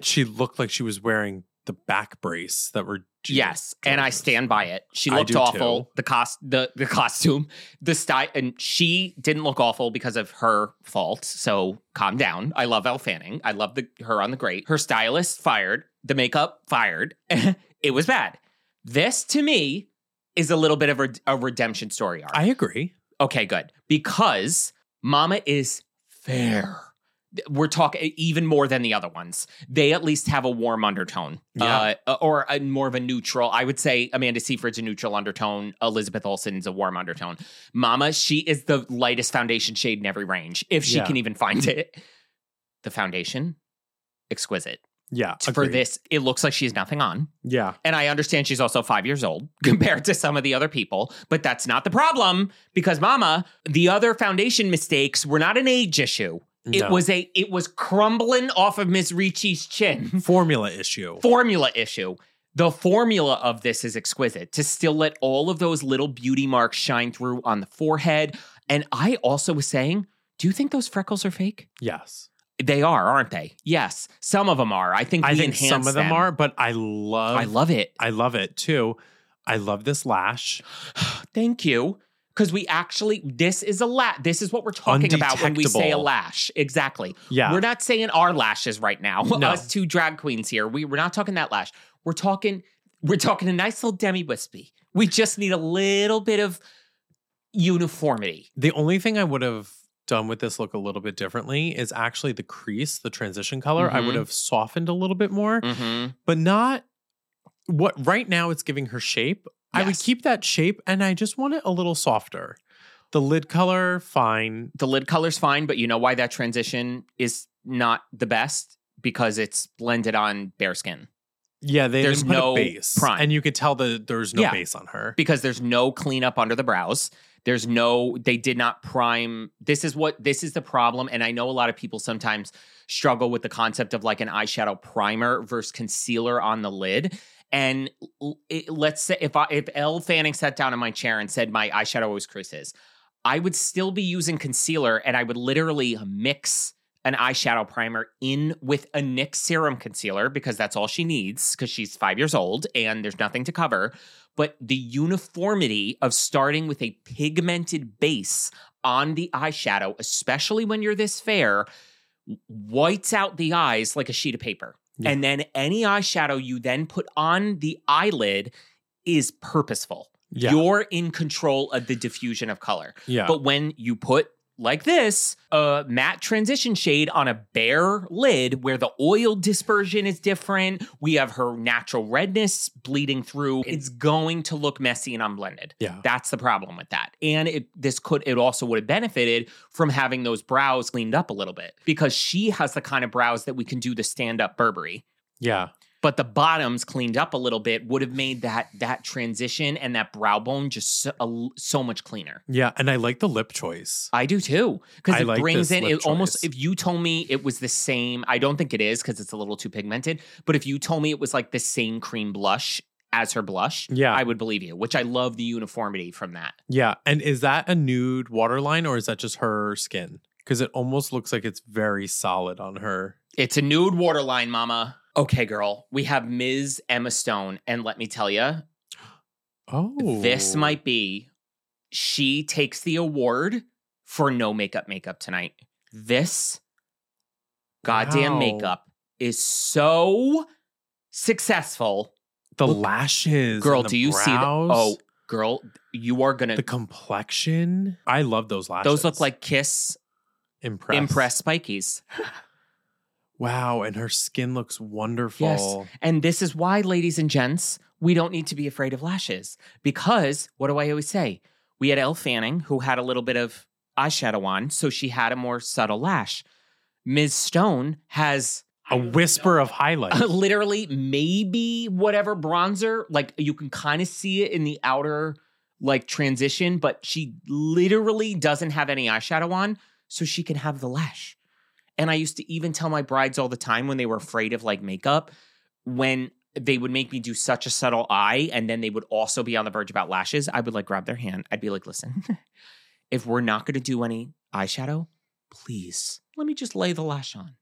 S1: She looked like she was wearing the back brace that were.
S2: yes, and I
S1: George.
S2: stand by it. She
S1: I
S2: looked
S1: do
S2: awful.
S1: too.
S2: The cost, the the costume, the style, and she didn't look awful because of her fault. So calm down. I love Elle Fanning. I love the her on the great. Her stylist fired. The makeup fired. it was bad. This to me is a little bit of a, a redemption story arc.
S1: I agree.
S2: Okay, good. Because Mama is fair. We're talking even more than the other ones. They at least have a warm undertone,
S1: Yeah.
S2: uh, or a, more of a neutral. I would say Amanda Seyfried's a neutral undertone. Elizabeth Olsen's a warm undertone. Mama, she is the lightest foundation shade in every range, if she
S1: Yeah.
S2: can even find it. The foundation, exquisite.
S1: Yeah.
S2: For
S1: agreed.
S2: this, it looks like she has nothing on.
S1: Yeah.
S2: And I understand she's also five years old compared to some of the other people, but that's not the problem because mama, the other foundation mistakes were not an age issue. It
S1: No.
S2: was a it was crumbling off of Miss Ricci's chin.
S1: formula issue.
S2: formula issue. The formula of this is exquisite to still let all of those little beauty marks shine through on the forehead. And I also was saying, do you think those freckles are fake?
S1: yes.
S2: They are, aren't they? Yes, some of them are. I think
S1: I
S2: we
S1: think
S2: enhance
S1: some of them,
S2: them
S1: are, but I love
S2: I love it.
S1: I love it too. I love this lash.
S2: Thank you. Because we actually, this is a lash. This is what we're talking about when we say a
S1: Undetectable.
S2: lash. Exactly.
S1: Yeah.
S2: We're not saying our lashes right now.
S1: No.
S2: Us two drag queens here. We we're not talking that lash. We're talking. We're talking a nice little demi wispy. We just need a little bit of uniformity.
S1: the only thing I would have done with this look a little bit differently is actually the crease, the transition color. I would
S2: Mhm.
S1: have softened a little bit more, but not what right now it's giving her shape. I would
S2: Yes.
S1: keep that shape and I just want it a little softer. The lid color, fine.
S2: The lid color's fine, but you know why that transition is not the best because it's blended on bare skin.
S1: Yeah, they
S2: There's
S1: didn't put
S2: no
S1: a base.
S2: prime.
S1: And you could tell that there's no
S2: Yeah.
S1: base on her.
S2: because there's no cleanup under the brows. There's no, they did not prime. This is what, this is the problem. And I know a lot of people sometimes struggle with the concept of like an eyeshadow primer versus concealer on the lid. And l- it, let's say if I, if Elle Fanning sat down in my chair and said my eyeshadow always creases, I would still be using concealer and I would literally mix an eyeshadow primer in with a NYX serum concealer because that's all she needs because she's five years old and there's nothing to cover but the uniformity of starting with a pigmented base on the eyeshadow, especially when you're this fair, whites out the eyes like a sheet of paper.
S1: Yeah.
S2: And then any eyeshadow you then put on the eyelid is purposeful.
S1: yeah.
S2: You're in control of the diffusion of color.
S1: yeah.
S2: But when you put like this, a matte transition shade on a bare lid where the oil dispersion is different. We have her natural redness bleeding through. It's going to look messy and unblended.
S1: yeah.
S2: That's the problem with that. And it this could it also would have benefited from having those brows cleaned up a little bit because she has the kind of brows that we can do the stand-up Burberry
S1: Yeah.
S2: but the bottoms cleaned up a little bit would have made that that transition and that brow bone just so, a- so much cleaner.
S1: Yeah. And I like the lip choice.
S2: I do too because
S1: I
S2: it
S1: like
S2: brings
S1: this
S2: in it
S1: lip
S2: almost.
S1: choice.
S2: If you told me it was the same, I don't think it is because it's a little too pigmented. But if you told me it was like the same cream blush as her blush,
S1: Yeah.
S2: I would believe you. Which I love the uniformity from that.
S1: Yeah. And is that a nude waterline or is that just her skin? Because it almost looks like it's very solid on her.
S2: It's a nude waterline, Mama. Okay, girl. We have Ms. Emma Stone, and let me tell you,
S1: Oh.
S2: this might be she takes the award for no makeup makeup tonight. This goddamn
S1: Wow.
S2: makeup is so successful.
S1: The
S2: Look-
S1: lashes.
S2: Girl,
S1: and the
S2: do you see the
S1: brows,
S2: Oh, girl, you are going
S1: the
S2: to
S1: complexion? I love those lashes.
S2: Those look like kiss
S1: Impressed.
S2: Impress Spikies.
S1: Wow, and her skin looks wonderful.
S2: And this is why, ladies and gents, we don't need to be afraid of lashes because what do I always say? We had Elle Fanning who had a little bit of eyeshadow on, so she had a more subtle lash. Ms. Stone has
S1: A whisper of highlight.
S2: literally maybe whatever bronzer, like you can kind of see it in the outer like transition, but she literally doesn't have any eyeshadow on, so she can have the lash. And I used to even tell my brides all the time when they were afraid of like makeup, when they would make me do such a subtle eye and then they would also be on the verge about lashes, I would like grab their hand. I'd be like, listen, if we're not going to do any eyeshadow, please let me just lay the lash on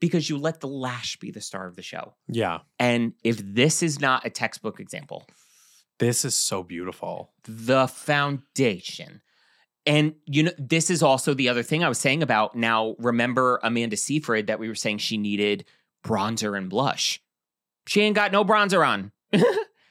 S2: because you let the lash be the star of the show.
S1: yeah,
S2: And if this is not a textbook example,
S1: this is so beautiful.
S2: the foundation. And you know, this is also the other thing I was saying about now. Remember Amanda Seyfried that we were saying she needed bronzer and blush. She ain't got no bronzer on.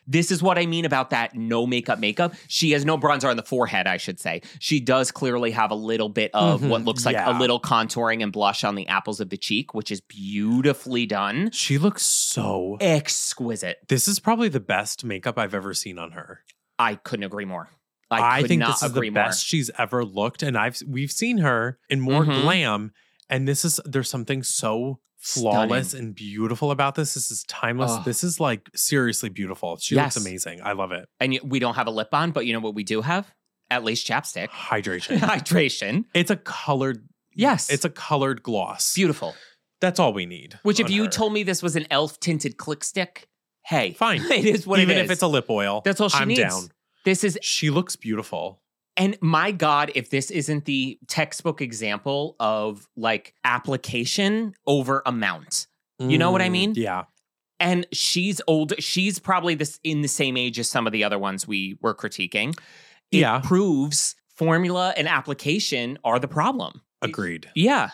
S2: this is what I mean about that no makeup makeup. She has no bronzer on the forehead, I should say. She does clearly have a little bit of
S1: Mhm,
S2: what looks like
S1: yeah.
S2: a little contouring and blush on the apples of the cheek, which is beautifully done.
S1: She looks so.
S2: Exquisite.
S1: This is probably the best makeup I've ever seen on her.
S2: I couldn't agree more. I,
S1: I,
S2: could
S1: think
S2: not
S1: this is
S2: agree
S1: the best she's ever looked, and I've we've seen her in more
S2: Mhm.
S1: glam. And this is there's something so flawless and beautiful about this. This is timeless.
S2: Ugh.
S1: This is like seriously beautiful. She
S2: Yes.
S1: looks amazing. I love it.
S2: more. And y- we don't have a lip on, but you know what we do have? At least chapstick.
S1: Hydration.
S2: Hydration.
S1: it's a colored.
S2: Yes.
S1: it's a colored gloss.
S2: Beautiful.
S1: That's all we need.
S2: Which, if
S1: on
S2: you
S1: her.
S2: told me this was an elf tinted click stick, hey,
S1: Fine.
S2: It is what
S1: even
S2: it is.
S1: if it's a lip oil,
S2: That's all she
S1: I'm
S2: needs.
S1: down.
S2: this is,
S1: She looks beautiful.
S2: and my God, if this isn't the textbook example of like application over amount. You know what I
S1: Mm,
S2: mean?
S1: Yeah.
S2: And she's old. She's probably this in the same age as some of the other ones we were critiquing. It
S1: Yeah.
S2: proves formula and application are the problem.
S1: Agreed.
S2: Yeah.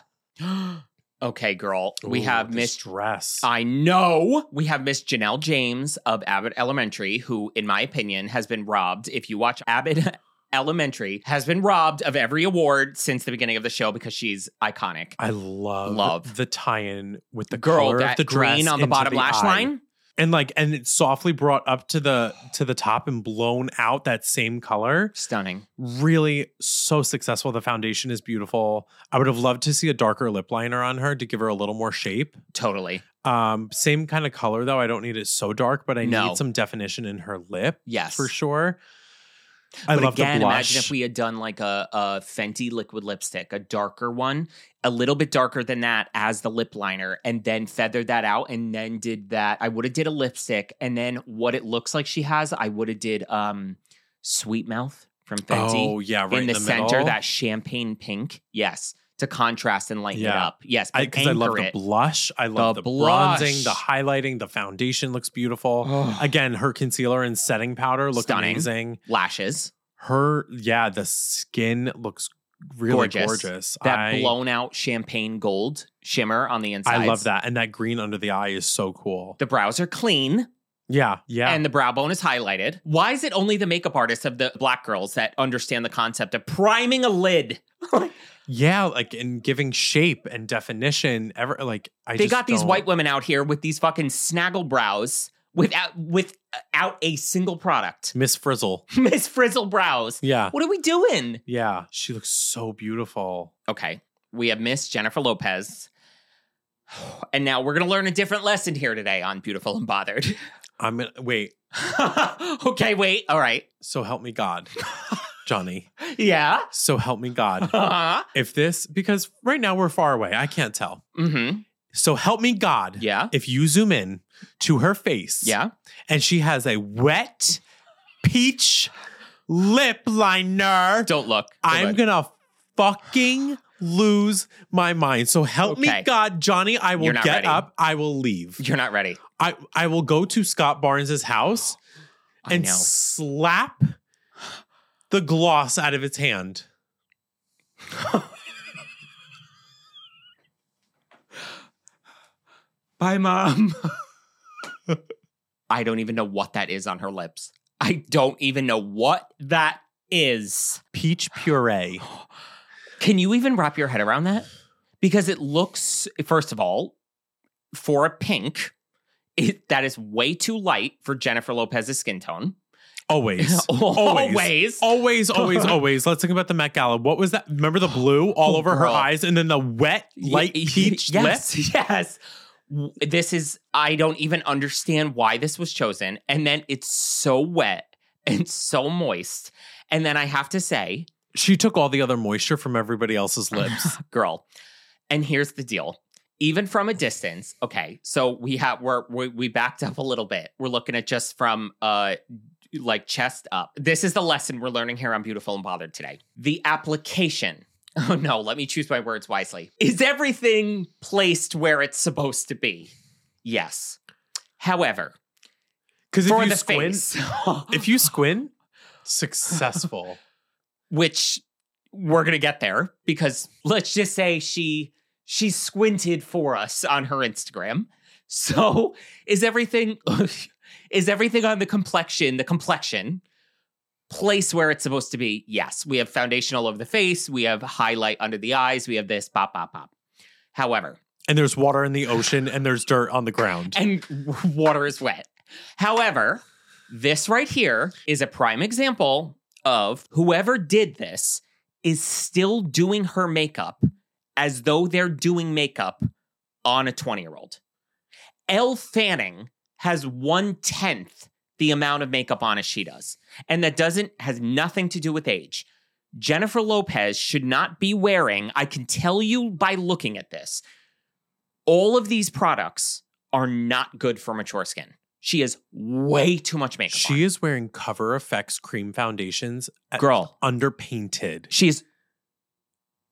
S2: okay, girl. we
S1: Ooh,
S2: have
S1: this
S2: Miss.
S1: dress.
S2: I know we have Miss Janelle James of Abbott Elementary, who, in my opinion, has been robbed. If you watch Abbott Elementary, has been robbed of every award since the beginning of the show because she's iconic.
S1: I love,
S2: Love.
S1: the tie-in with the
S2: girl,
S1: color
S2: that
S1: of the dress
S2: green on the
S1: into
S2: bottom lash
S1: eye.
S2: line.
S1: and like and it's softly brought up to the to the top and blown out that same color.
S2: Stunning.
S1: Really, so successful. The foundation is beautiful. I would have loved to see a darker lip liner on her to give her a little more shape.
S2: Totally.
S1: Um, same kind of color though. I don't need it so dark, but I
S2: No.
S1: need some definition in her lip
S2: Yes.
S1: for sure. I
S2: but
S1: love
S2: again,
S1: the blush.
S2: imagine if we had done like a, a Fenty liquid lipstick, a darker one, a little bit darker than that as the lip liner, and then feathered that out, and then did that. I would have did a lipstick, and then what it looks like she has, I would have did um, sweet mouth from Fenty
S1: oh yeah, right
S2: in the, center,
S1: middle.
S2: that champagne pink, yes, to contrast and lighten it
S1: Yeah.
S2: up, yes, and
S1: because I, love
S2: anchor
S1: the
S2: it.
S1: blush. I love
S2: The
S1: the, bronzing, the
S2: blush.
S1: highlighting, the foundation looks beautiful.
S2: Ugh.
S1: Again, her concealer and setting powder look
S2: Stunning.
S1: amazing.
S2: lashes,
S1: Her, yeah, the skin looks really
S2: Gorgeous.
S1: gorgeous.
S2: that
S1: I,
S2: blown out champagne gold shimmer on the inside.
S1: I love that, and that green under the eye is so cool.
S2: The brows are clean.
S1: yeah, yeah.
S2: and the brow bone is highlighted. Why is it only the makeup artists of the black girls that understand the concept of priming a lid?
S1: Yeah, like and giving shape and definition. Ever like I
S2: they
S1: just
S2: got these
S1: don't-
S2: white women out here with these fucking snaggle brows without without a single product.
S1: Miss Frizzle.
S2: Miss Frizzle brows.
S1: Yeah,
S2: What are we doing?
S1: yeah. She looks so beautiful.
S2: Okay, we have Miss Jennifer Lopez. And now we're going to learn a different lesson here today on Beautiful and Bothered.
S1: I'm gonna wait.
S2: okay, wait. All right.
S1: So help me God, Johnny.
S2: Yeah.
S1: So help me God.
S2: Uh-huh.
S1: if this, because right now we're far away, I can't tell.
S2: Mm-hmm.
S1: So help me God.
S2: Yeah.
S1: If you zoom in to her face,
S2: Yeah.
S1: and she has a wet peach lip liner,
S2: Don't look. Don't
S1: I'm
S2: look.
S1: gonna fucking lose my mind. So help
S2: Okay.
S1: me God, Johnny, I will
S2: You're not
S1: get
S2: ready.
S1: up, I will leave.
S2: You're not ready.
S1: I I will go to Scott Barnes's house
S2: I
S1: and
S2: know.
S1: slap the gloss out of its hand.
S2: Bye, mom. I don't even know what that is on her lips. I don't even know what that is.
S1: Peach puree.
S2: Can you even wrap your head around that? Because it looks, first of all, for a pink, it, that is way too light for Jennifer Lopez's skin tone.
S1: Always. Always. Always, always, always. Let's think about the Met Gala. What was that? Remember the blue all
S2: Oh,
S1: over her
S2: girl.
S1: eyes and then the wet,
S2: Y-
S1: light
S2: y-
S1: peach
S2: yes,
S1: lip?
S2: Yes. W- This is, I don't even understand why this was chosen. And then it's so wet and so moist. And then I have to say,
S1: She took all the other moisture from everybody else's lips.
S2: girl. And here's the deal. Even from a distance, okay. So we have we're we, we backed up a little bit. We're looking at just from uh like chest up. This is the lesson we're learning here on Beautiful and Bothered today. The application. Oh no, let me choose my words wisely. Is everything placed where it's supposed to be? Yes. However,
S1: Because if
S2: for
S1: you
S2: the
S1: squint,
S2: face,
S1: if you squint, successful.
S2: which we're gonna get there because let's just say she she squinted for us on her Instagram. So is everything is everything on the complexion, the complexion place where it's supposed to be? Yes. We have foundation all over the face, we have highlight under the eyes, we have this pop, pop, pop. However,
S1: and there's water in the ocean and there's dirt on the ground.
S2: and water is wet. However, this right here is a prime example of whoever did this is still doing her makeup as though they're doing makeup on a 20 year old. Elle Fanning has one tenth the amount of makeup on as she does. And that doesn't, has nothing to do with age. Jennifer Lopez should not be wearing, I can tell you by looking at this, all of these products are not good for mature skin. She has way too much makeup. on.
S1: She is wearing Cover Effects cream foundations, uh,
S2: girl.
S1: underpainted.
S2: She's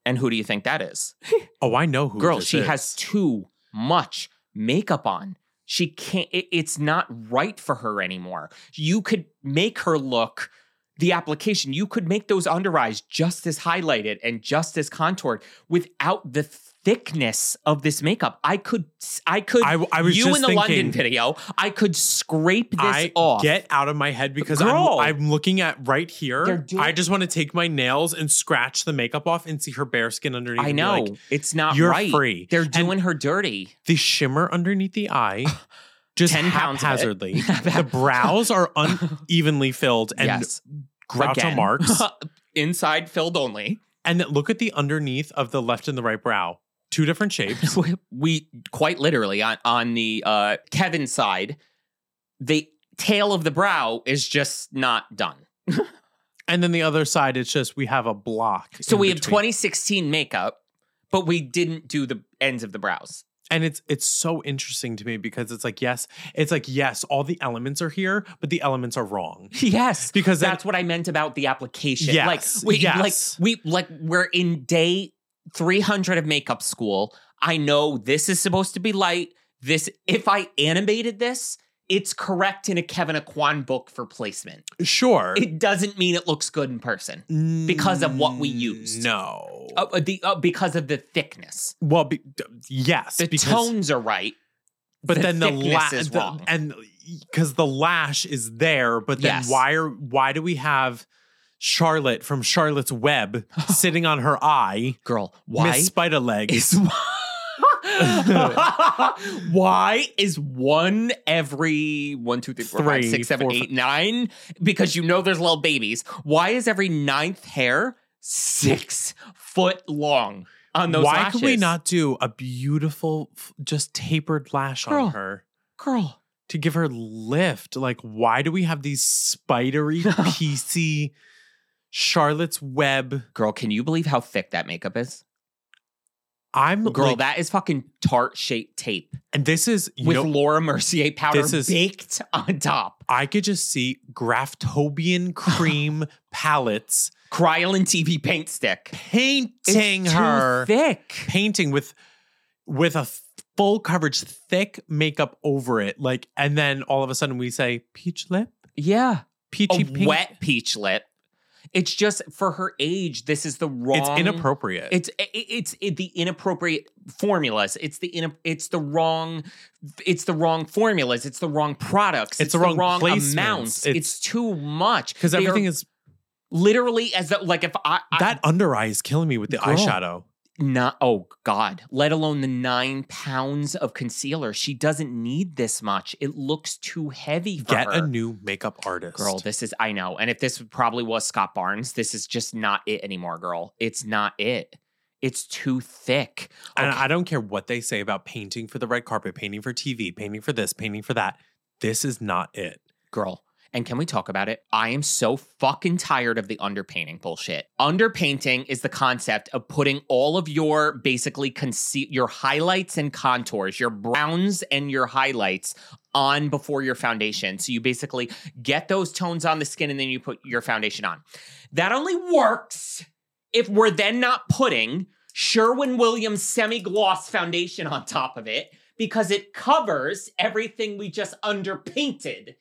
S2: and who do you think that is?
S1: Oh, I know who.
S2: Girl,
S1: this
S2: she
S1: is.
S2: has too much makeup on. She can't it- it's not right for her anymore. You could make her look the application, you could make those under eyes just as highlighted and just as contoured without the thickness of this makeup. I could I could
S1: I, I was
S2: you
S1: just
S2: in the
S1: thinking,
S2: London video, I could scrape this
S1: I
S2: off.
S1: get out of my head because
S2: Girl.
S1: I'm, I'm looking at right
S2: They're
S1: here.
S2: doing-
S1: I just want to take my nails and scratch the makeup off and see her bare skin underneath.
S2: I
S1: and be
S2: know.
S1: like,
S2: it's not
S1: You're
S2: right.
S1: free.
S2: They're
S1: And-
S2: doing her dirty.
S1: the shimmer underneath the eye, just
S2: 10 pounds of it.
S1: haphazardly. the brows are unevenly filled and
S2: yes.
S1: groucho
S2: Again.
S1: marks.
S2: Inside filled only.
S1: and then look at the underneath of the left and the right brow. Two different shapes.
S2: We quite literally on on the uh, Kevin side, the tail of the brow is just not done.
S1: and then the other side, it's just we have a block.
S2: So
S1: in
S2: we have
S1: between.
S2: 2016 makeup, but we didn't do the ends of the brows.
S1: And it's it's so interesting to me because it's like, yes, it's like, yes, all the elements are here, but the elements are wrong.
S2: Yes.
S1: Because then-
S2: That's what I meant about the application.
S1: Yes,
S2: like we
S1: yes.
S2: like we like we're in day 300 of makeup school. I know this is supposed to be light. This if I animated this, it's correct in a Kevin Aquan book for placement.
S1: sure.
S2: It doesn't mean it looks good in person. because of what we used.
S1: Mm, No.
S2: Uh, uh, the uh, because of the thickness.
S1: well, be, d- yes,
S2: The
S1: because-
S2: tones are right.
S1: but
S2: the
S1: then the
S2: thickness
S1: lash
S2: is wrong.
S1: and because the lash is there, but then
S2: Yes.
S1: why are why do we have Charlotte from Charlotte's Web sitting on her eye?
S2: Girl, why
S1: Miss Spider Leg.
S2: is why is one every one two three four five
S1: Three,
S2: six seven
S1: four,
S2: eight nine because you know there's little babies why is every ninth hair six foot long on those
S1: Why could we
S2: lashes?
S1: not do a beautiful, f- just tapered lash
S2: Girl.
S1: on her
S2: girl
S1: to give her lift? Like, why do we have these spidery, piecey Charlotte's Web?
S2: girl can you believe how thick that makeup is
S1: I'm
S2: girl
S1: like-
S2: that is fucking tart shaped tape
S1: and this is you
S2: with
S1: know,
S2: Laura Mercier powder
S1: This is-
S2: baked on top
S1: I could just see Graftobian cream palettes
S2: Kryolan TV paint stick It's
S1: painting
S2: too
S1: her,
S2: thick
S1: painting with with a full coverage, thick makeup over it. Like, and then all of a sudden we say peach lip,
S2: yeah
S1: peachy
S2: a
S1: pink.
S2: wet peach lip. It's just for her age. This is the wrong.
S1: It's inappropriate.
S2: It's i- i- it's it, the inappropriate formulas. It's the in, it's the wrong. It's the wrong formulas. It's the wrong products.
S1: It's the wrong placements.
S2: amounts. It's,
S1: It's-
S2: too much
S1: because everything is
S2: Literally, as though, like if I, I
S1: that under eye is killing me with the
S2: Girl.
S1: eyeshadow.
S2: not oh god let alone the nine pounds of concealer she doesn't need this much it looks too heavy for
S1: Get
S2: her
S1: a new makeup artist.
S2: girl this is i know and if this probably was scott barnes this is just not it anymore girl it's not it it's too thick
S1: And
S2: Okay.
S1: I don't care what they say about painting for the red carpet, painting for TV, painting for this, painting for that. This is not it.
S2: girl and can we talk about it i am so fucking tired of the underpainting bullshit underpainting is the concept of putting all of your basically conceal your highlights and contours your browns and your highlights on before your foundation so you basically get those tones on the skin and then you put your foundation on that only works if we're then not putting sherwin williams semi-gloss foundation on top of it because it covers everything we just underpainted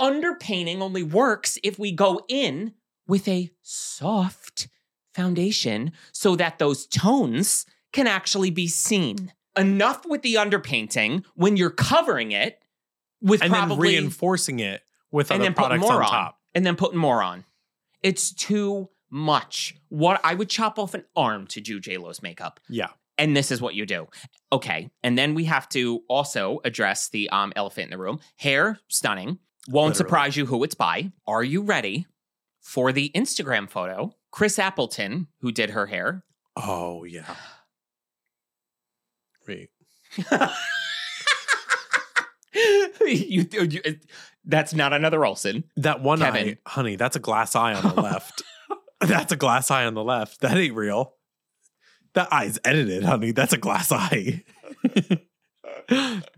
S2: underpainting only works if we go in with a soft foundation so that those tones can actually be seen. Enough with the underpainting when you're covering it with
S1: And then
S2: probably
S1: reinforcing it with
S2: and
S1: other
S2: then putting
S1: products on
S2: more on,
S1: top.
S2: and then putting more on. It's too much. What I would chop off an arm to do J Lo's makeup
S1: Yeah.
S2: and this is what you do. Okay. And then we have to also address the um, elephant in the room. Hair, stunning. Won't
S1: Literally.
S2: surprise you who it's by. Are you ready for the Instagram photo? Chris Appleton, who did her hair.
S1: Oh yeah. Wait.
S2: you, you, that's not another Olsen.
S1: That one
S2: Kevin.
S1: eye, honey, that's a glass eye on the left. That's a glass eye on the left. That ain't real. That eye's edited, honey. That's a glass eye.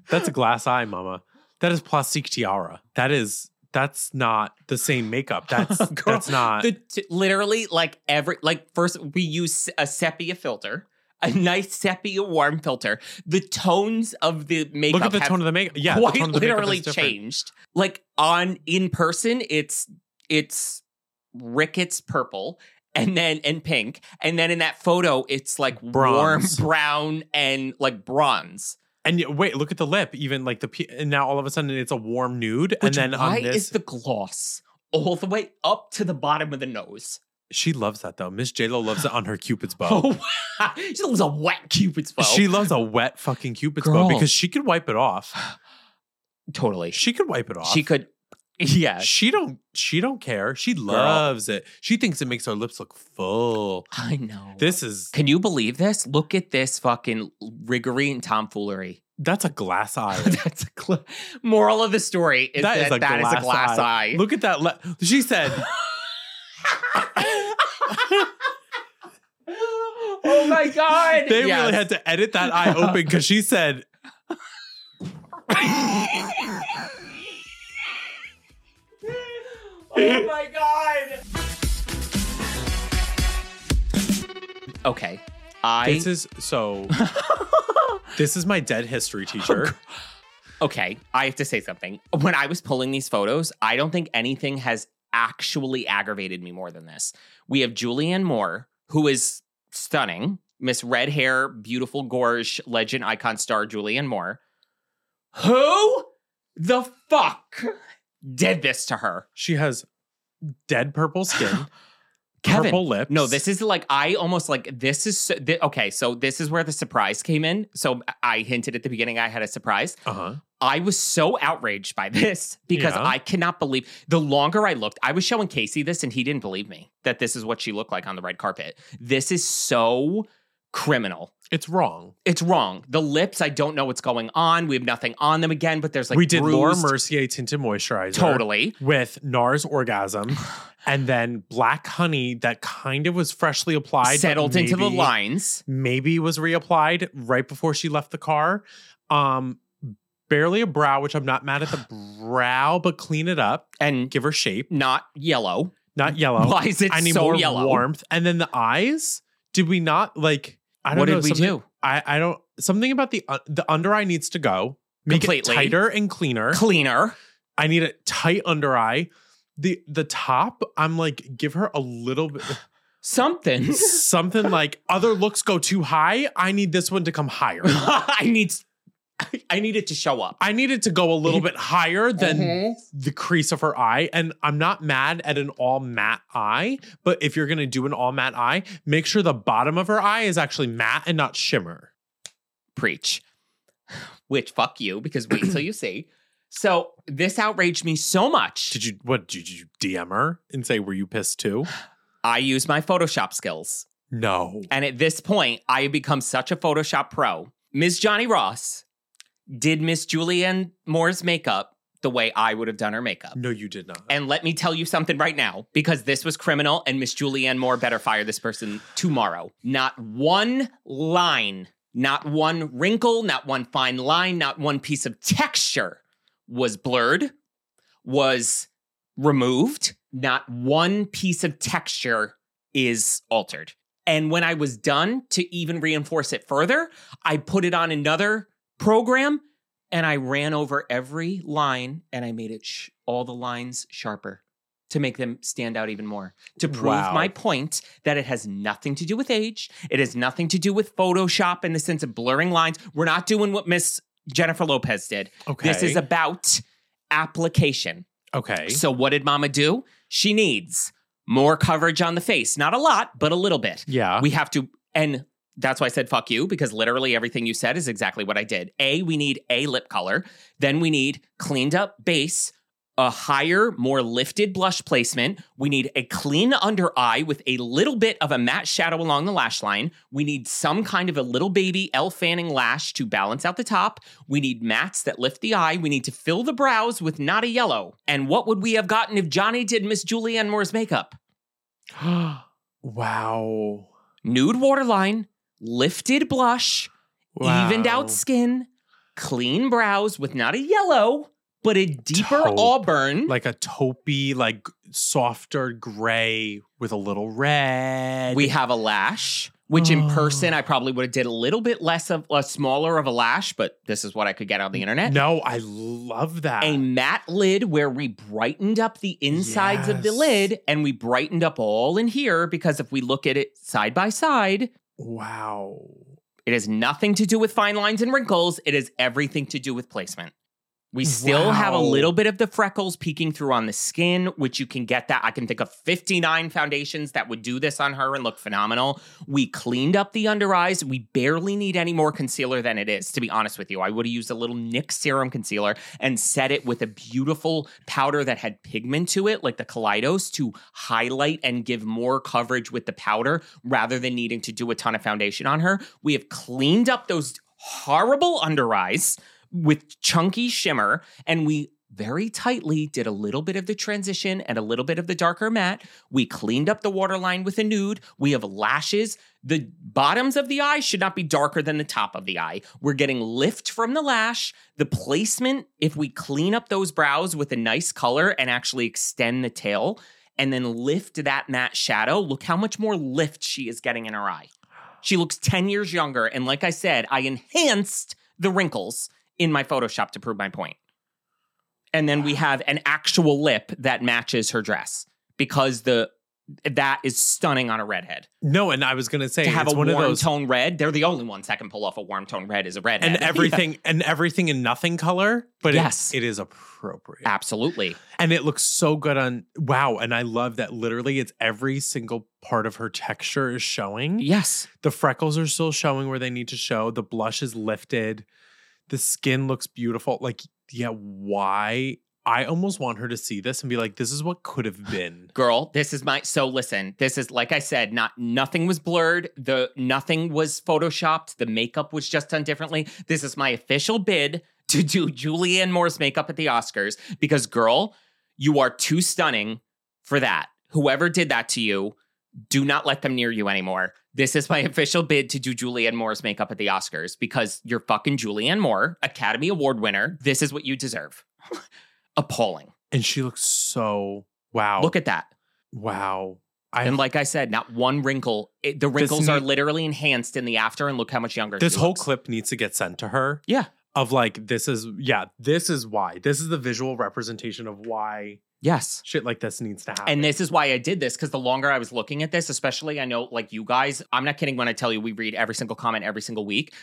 S1: that's a glass eye, mama. That is plastique tiara. That is that's not the same makeup. That's
S2: Girl,
S1: that's not
S2: The t- literally, like every like first, we use a sepia filter, a nice sepia warm filter. The tones of the makeup
S1: Look at the
S2: have
S1: tone of the makeup. Yeah, the
S2: quite
S1: tone of the makeup
S2: literally
S1: is different.
S2: changed. Like on in person, it's it's rickets purple and then and pink, and then in that photo, it's like
S1: Bronze.
S2: warm brown and like bronze.
S1: And y- wait, look at the lip. Even like the p- and now all of a sudden it's a warm nude. and
S2: Which,
S1: then
S2: why
S1: on this,
S2: is the gloss all the way up to the bottom of the nose?
S1: she loves that though. Miss J Lo loves it on her cupid's bow.
S2: Oh, she was a wet cupid's bow.
S1: She loves a wet fucking cupid's bow
S2: Girl.
S1: because she could wipe it off.
S2: totally. She,
S1: She could wipe it off.
S2: could. Yeah,
S1: She don't. She don't care. She loves it. She thinks it makes her lips look full.
S2: I know.
S1: This is
S2: Can you believe this? Look at this fucking riggery and tomfoolery.
S1: that's a glass eye.
S2: that's a cl- moral of the story is
S1: That
S2: that,
S1: is a
S2: that is a
S1: glass
S2: glass
S1: eye.
S2: eye.
S1: look at that. Le- she said.
S2: oh my god!
S1: They
S2: Yes.
S1: really had to edit that eye open because she said
S2: oh my god! Okay, I
S1: This is so. this is my dead
S2: Oh,
S1: history teacher.
S2: okay. I have to say something. When I was pulling these photos, I don't think anything has actually aggravated me more than this. We have Julianne Moore, who is stunning, Miss Red Hair, beautiful gorge, legend, icon star Julianne Moore. Who the fuck did this to her?
S1: she has dead purple skin,
S2: Kevin.
S1: purple lips.
S2: No, this is like I almost like this is so- thi- okay. So this is where the surprise came in. So I hinted at the beginning I had a surprise.
S1: Uh huh.
S2: I was so outraged by this because
S1: Yeah.
S2: I cannot believe the longer I looked, I was showing Casey this and he didn't believe me that this is what she looked like on the red carpet. This is so criminal.
S1: It's wrong.
S2: It's wrong. The lips, I don't know what's going on. We have nothing on them again, but there's like
S1: we did Laura
S2: bruised-
S1: Mercier tinted moisturizer.
S2: Totally.
S1: With NARS orgasm, and then black honey that kind of was freshly applied, but
S2: settled into the
S1: maybe-
S2: lines.
S1: Maybe was reapplied right before she left the car. Um, barely a brow, which I'm not mad at the brow, but clean it up,
S2: And
S1: give her shape,
S2: not yellow.
S1: not yellow.
S2: Why is it
S1: I need
S2: so
S1: more
S2: yellow?
S1: warmth. And then the eyes. Did we not like? I don't
S2: what
S1: know.
S2: did we
S1: something-
S2: do?
S1: I I don't. Something about the uh, the under eye needs to go. Make
S2: Completely.
S1: it tighter and cleaner.
S2: Cleaner.
S1: I need a tight under eye. The the top. I'm like, give her a little bit
S2: Something.
S1: something like other looks go too high. I need this one to come higher.
S2: I need I needed to show up.
S1: I needed to go a little bit higher than
S2: Mhm.
S1: the crease of her eye. And I'm not mad at an all matte eye, but if you're gonna do an all matte eye, make sure the bottom of her eye is actually matte and not shimmer.
S2: preach. Which fuck you, because wait till you see. So this outraged me so much.
S1: Did you what did you DM her and say, were you pissed too?
S2: I use my Photoshop skills.
S1: No.
S2: And at this point, I have become such a Photoshop pro. Miss Johnny Ross did Miss Julianne Moore's makeup the way I would have done her makeup.
S1: No, you did not.
S2: And let me tell you something right now, because this was criminal, and Miss Julianne Moore better fire this person tomorrow. Not one line, not one wrinkle, not one fine line, not one piece of texture was blurred, was removed. Not one piece of texture is altered. And when I was done to even reinforce it further, I put it on another program and I ran over every line and I made it sh- all the lines sharper to make them stand out even more. To prove
S1: Wow.
S2: my point that it has nothing to do with age, it has nothing to do with Photoshop in the sense of blurring lines. We're not doing what Miss Jennifer Lopez did.
S1: okay.
S2: This is about application.
S1: okay.
S2: So what did mama do? She needs more coverage on the face. Not a lot, but a little bit.
S1: yeah.
S2: We have to and that's why I said fuck you because literally everything you said is exactly what I did. A, we need a lip color, then we need cleaned up base, a higher, more lifted blush placement. We need a clean under eye with a little bit of a matte shadow along the lash line. We need some kind of a little baby L fanning lash to balance out the top. We need mattes that lift the eye. We need to fill the brows with not a yellow. And what would we have gotten if Johnny did Miss Julianne Moore's makeup?
S1: wow.
S2: Nude waterline, lifted blush, evened
S1: Wow.
S2: out skin, clean brows with not a yellow, but a deeper
S1: Taupe.
S2: auburn.
S1: like a taupey, like softer gray with a little red.
S2: we have a lash which in
S1: Oh.
S2: person i probably would have did a little bit less of a smaller of a lash but this is what i could get on the internet
S1: no, I love that.
S2: a matte lid where we brightened up the insides of the
S1: Yes.
S2: lid and we brightened up all in here because if we look at it side by side
S1: Wow.
S2: it has nothing to do with fine lines and wrinkles it has everything to do with placement we still have a
S1: Wow.
S2: little bit of the freckles peeking through on the skin, which you can get that. I can think of 59 foundations that would do this on her and look phenomenal. We cleaned up the under eyes. We barely need any more concealer than it is, to be honest with you. I would have used a little NYX serum concealer and set it with a beautiful powder that had pigment to it, like the Kaleidos, to highlight and give more coverage with the powder rather than needing to do a ton of foundation on her. We have cleaned up those horrible under eyes with chunky shimmer and we very tightly did a little bit of the transition and a little bit of the darker matte. We cleaned up the waterline with a nude. We have lashes. The bottoms of the eye should not be darker than the top of the eye. We're getting lift from the lash. The placement, if we clean up those brows with a nice color and actually extend the tail and then lift that matte shadow, look how much more lift she is getting in her eye. She looks 10 years younger. And like I said, I enhanced the wrinkles in my Photoshop to prove my point. And then we have an actual lip that matches her dress because the that is stunning on a redhead.
S1: No, and I was gonna say
S2: to have a
S1: it's one
S2: warm
S1: of those
S2: tone red, they're the only ones that can pull off a warm tone red is a redhead.
S1: and everything and everything in nothing color, but it-
S2: Yes.
S1: it is appropriate.
S2: Absolutely.
S1: And it looks so good on wow. And I love that literally it's every single part of her texture is showing.
S2: Yes.
S1: The freckles are still showing where they need to show. The blush is lifted. The skin looks beautiful. Like, yeah, why? I almost want her to see this and be like, this is what could have been.
S2: girl this is my so listen this is like i said not nothing was blurred the nothing was photoshopped the makeup was just done differently this is my official bid to do julianne moore's makeup at the oscars because girl you are too stunning for that whoever did that to you do not let them near you anymore this is my official bid to do julianne moore's makeup at the oscars because you're fucking julianne moore academy award winner this is what you deserve appalling
S1: And she looks so wow.
S2: look at that
S1: wow. I
S2: and like I said, not one wrinkle. It, the wrinkles
S1: ne-
S2: are literally enhanced in the after, and look how much younger.
S1: this
S2: she
S1: whole
S2: looks.
S1: clip needs to get sent to her.
S2: Yeah.
S1: Of like, this is yeah, this is why. This is the visual representation of why
S2: yes.
S1: shit like this needs to happen.
S2: And this is why I did this because the longer I was looking at this, especially I know like you guys, I'm not kidding when I tell you we read every single comment every single week.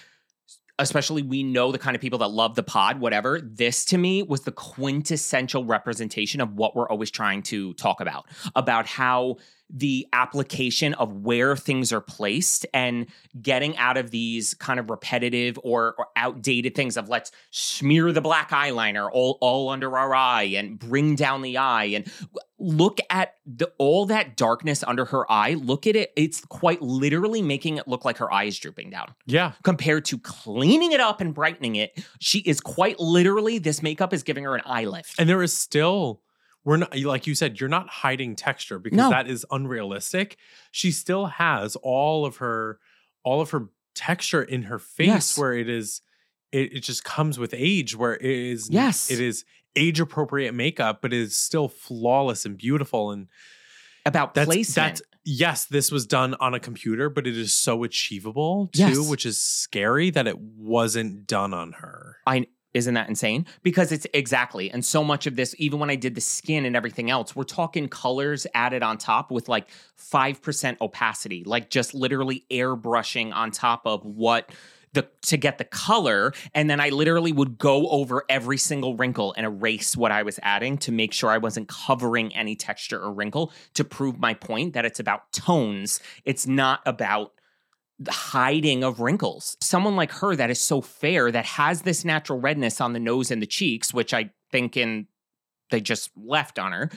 S2: especially we know the kind of people that love the pod, whatever. This to me was the quintessential representation of what we're always trying to talk about about how the application of where things are placed and getting out of these kind of repetitive or, or outdated things of let's smear the black eyeliner all, all under our eye and bring down the eye and look at the all that darkness under her eye look at it it's quite literally making it look like her eye is drooping down
S1: Yeah.
S2: compared to cleaning it up and brightening it she is quite literally this makeup is giving her an eye lift
S1: And there is still we're not like you said, you're not hiding texture because
S2: No.
S1: that is unrealistic. She still has all of her all of her texture in her face
S2: Yes.
S1: where it is it, it just comes with age where it is
S2: Yes.
S1: it is age appropriate makeup, but it is still flawless and beautiful. And
S2: about
S1: that's
S2: placement
S1: that's yes, this was done on a computer, but it is so achievable too,
S2: Yes.
S1: which is scary that it wasn't done on her.
S2: Isn't that insane? Because it's exactly. And so much of this, even when I did the skin and everything else, we're talking colors added on top with like 5% opacity, like just literally airbrushing on top of what the to get the color. And then I literally would go over every single wrinkle and erase what I was adding to make sure I wasn't covering any texture or wrinkle to prove my point that it's about tones. It's not about the hiding of wrinkles. Someone like her that is so fair, that has this natural redness on the nose and the cheeks, which I think in they just left on her.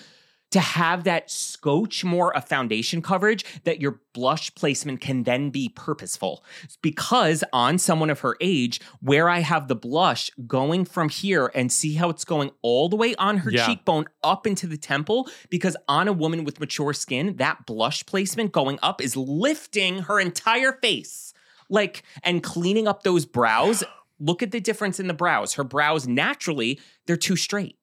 S2: To have that scotch more of foundation coverage that your blush placement can then be purposeful. Because on someone of her age, where I have the blush going from here and see how it's going all the way on her
S1: Yeah.
S2: cheekbone up into the temple, because on a woman with mature skin, that blush placement going up is lifting her entire face. Like, and cleaning up those brows. Look at the difference in the brows. Her brows naturally, they're too straight.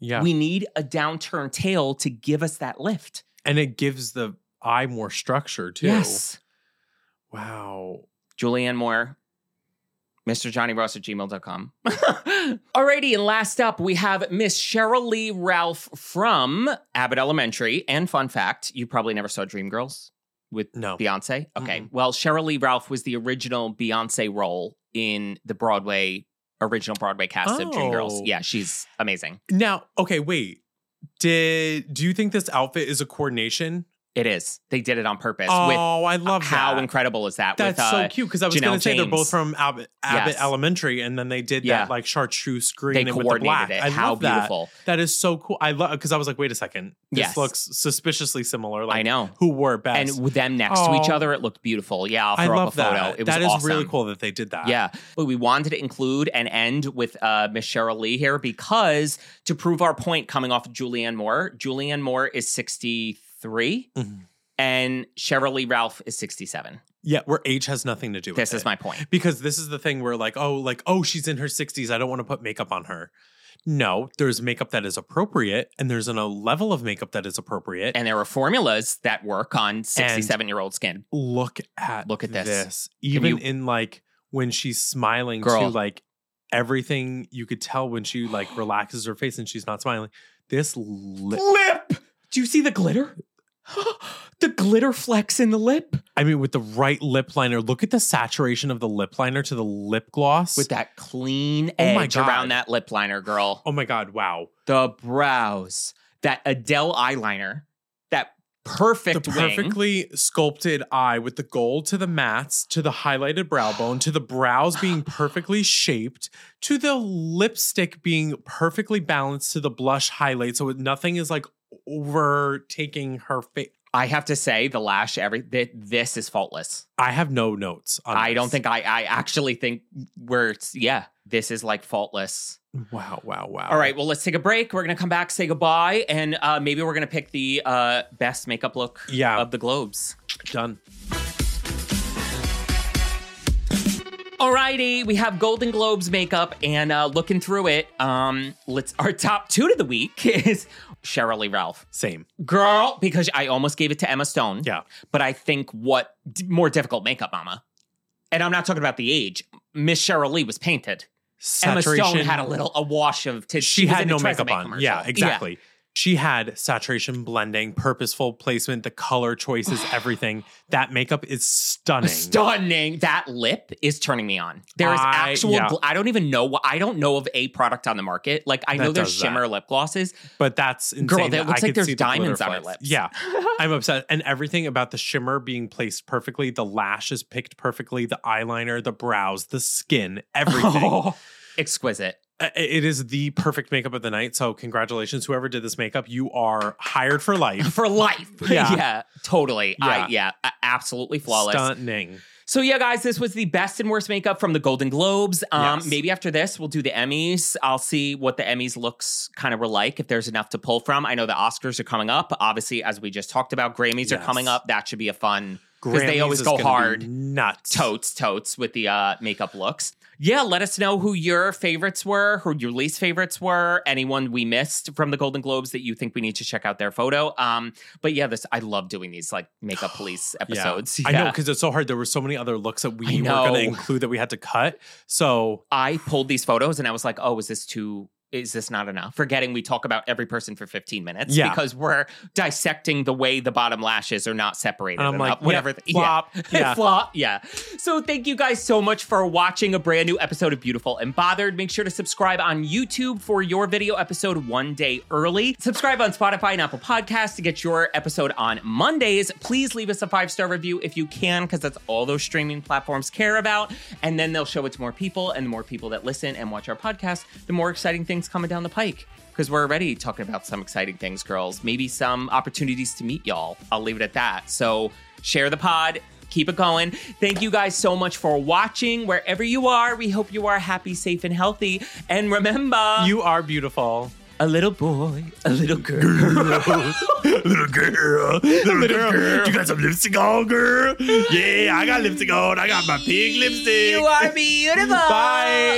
S1: Yeah.
S2: We need a downturn tail to give us that lift.
S1: and it gives the eye more structure too.
S2: Yes.
S1: Wow.
S2: Julianne Moore, Mr. Johnny Ross at gmail.com. Alrighty, and last up, we have Miss Cheryl Lee Ralph from Abbott Elementary. And fun fact, you probably never saw Dreamgirls with
S1: No.
S2: Beyonce. Okay.
S1: Mm-mm.
S2: Well, Cheryl Lee Ralph was the original Beyonce role in the Broadway, original Broadway cast of Dreamgirls.
S1: Oh.
S2: Yeah, she's amazing.
S1: Now, okay, wait. Did do you think this outfit is a coordination?
S2: It is. They did it on purpose with
S1: Oh, I love
S2: how
S1: that.
S2: incredible is that?
S1: That's
S2: with, uh,
S1: so cute because I was
S2: Janelle
S1: going to say they're
S2: James.
S1: both from Abbott, Abbott
S2: Yes.
S1: Elementary, and then they did
S2: Yeah.
S1: that like chartreuse green
S2: They
S1: and with the black.
S2: coordinated it.
S1: I
S2: how
S1: love that.
S2: beautiful!
S1: That is so cool. I love because I was like, wait a second, this
S2: Yes.
S1: looks suspiciously similar. Like,
S2: I know.
S1: who wore it
S2: And
S1: best.
S2: with them next to each
S1: Oh.
S2: other, it looked beautiful. Yeah, I'll
S1: I
S2: throw
S1: love
S2: up a photo.
S1: that.
S2: It was
S1: that is
S2: awesome.
S1: really cool that they did that.
S2: Yeah, but we wanted to include and end with uh, Miss Cheryl Lee here because to prove our point, coming off of Julianne Moore, Julianne Moore is sixty three,
S1: Mhm.
S2: and Cheryl Lee Ralph is sixty seven.
S1: yeah, where age has nothing to do.
S2: This
S1: with
S2: is
S1: it.
S2: my point.
S1: because this is the thing where like oh like oh she's in her 60s i don't want to put makeup on her no there's makeup that is appropriate and there's an, a level of makeup that is appropriate
S2: And there were formulas that work on sixty seven year old skin.
S1: look at
S2: Look at this.
S1: even
S2: you-
S1: in like when she's smiling
S2: Girl.
S1: to like everything you could tell when she like relaxes her face and she's not smiling this lip
S2: Lip. Do you see the glitter? the glitter flecks in the lip
S1: i mean with the right lip liner look at the saturation of the lip liner to the lip gloss
S2: with that clean
S1: Oh my
S2: edge around
S1: God.
S2: that lip liner, girl.
S1: oh my god wow
S2: the brows, that Adele eyeliner, that
S1: the
S2: perfect wing.
S1: perfectly sculpted eye with the gold to the mats to the highlighted brow bone to the brows being perfectly shaped to the lipstick being perfectly balanced to the blush highlight so nothing is like overtaking her face
S2: I have to say, the lash, every th- this is faultless.
S1: i have no notes on
S2: I don't
S1: this.
S2: think I. I actually think we're yeah. This is like faultless.
S1: wow wow wow
S2: All right, well, let's take a break. We're gonna come back, say goodbye, and uh, maybe we're gonna pick the uh, best makeup look
S1: Yeah.
S2: of the Globes.
S1: done
S2: Alrighty, we have Golden Globes makeup and uh, looking through it. Um, let's our top two to the week is Cheryl Lee Ralph.
S1: same
S2: girl because i almost gave it to emma stone
S1: Yeah.
S2: but i think what d- more difficult makeup mama and i'm not talking about the age miss cheryl lee was painted emma stone had a little a wash of t-
S1: she
S2: was
S1: had
S2: in the
S1: no makeup
S2: Tresemme
S1: on
S2: commercial.
S1: yeah exactly She had saturation, blending, purposeful placement, the color choices, everything. That makeup is stunning.
S2: Stunning. That lip is turning me on. There is
S1: I-
S2: actual.
S1: yeah.
S2: gl- I don't even know. wh- I don't know of a product on the market. Like I
S1: That
S2: know there's
S1: does that.
S2: shimmer lip glosses.
S1: But that's insane.
S2: Girl, that
S1: I
S2: looks like
S1: could
S2: there's
S1: see the glitter
S2: diamonds on her
S1: flecks.
S2: lips.
S1: Yeah, I'm upset. And everything about the shimmer being placed perfectly, the lash is picked perfectly, the eyeliner, the brows, the skin, everything.
S2: Oh. Exquisite.
S1: I- it is the perfect makeup of the night. So congratulations, whoever did this makeup, you are hired for life.
S2: For life.
S1: Yeah.
S2: totally.
S1: Yeah.
S2: I, yeah. a- Absolutely flawless.
S1: Stunning.
S2: So yeah, guys, this was the best and worst makeup from the Golden Globes. Um,
S1: Yes.
S2: Maybe after this, we'll do the Emmys. I'll see what the Emmys looks kind of were like if there's enough to pull from. I know the Oscars are coming up. Obviously, as we just talked about, Grammys are
S1: Yes.
S2: coming up. That should be a fun because they
S1: Grammys
S2: always
S1: is
S2: go
S1: gonna be
S2: hard.
S1: Nuts.
S2: Totes, totes with the uh, makeup looks. Yeah, let us know who your favorites were, who your least favorites were, anyone we missed from the Golden Globes that you think we need to check out their photo. Um, but yeah, this I love doing these like makeup police
S1: Yeah.
S2: episodes.
S1: I know
S2: Yeah.
S1: because it's so hard. There were so many other looks that
S2: I
S1: we were going
S2: know.
S1: to include that we had to cut. So
S2: I pulled these photos and I was like, oh, is this too, is this not enough? Forgetting we talk about every person for 15 minutes
S1: Yeah.
S2: because we're dissecting the way the bottom lashes are not separated.
S1: and I'm
S2: enough,
S1: like,
S2: whatever.
S1: whatever.
S2: th-
S1: flop.
S2: Yeah.
S1: yeah.
S2: Flop. Yeah. So thank you guys so much for watching a brand new episode of Beautiful and Bothered. Make sure to subscribe on YouTube for your video episode one day early. Subscribe on Spotify and Apple Podcasts to get your episode on Mondays. Please leave us a five star review if you can, because that's all those streaming platforms care about. And then they'll show it to more people. And the more people that listen and watch our podcast, the more exciting things coming down the pike. Because we're already talking about some exciting things, girls. Maybe some opportunities to meet y'all. I'll leave it at that. So share the pod, keep it going. Thank you guys so much for watching. Wherever you are, we hope you are happy, safe, and healthy. And remember,
S1: You are beautiful.
S2: a little boy, a little girl.
S3: little girl, little, girl. you got some lipstick on, girl. Yeah, I got lipstick on. I got my pig lipstick.
S2: you are beautiful.
S1: Bye.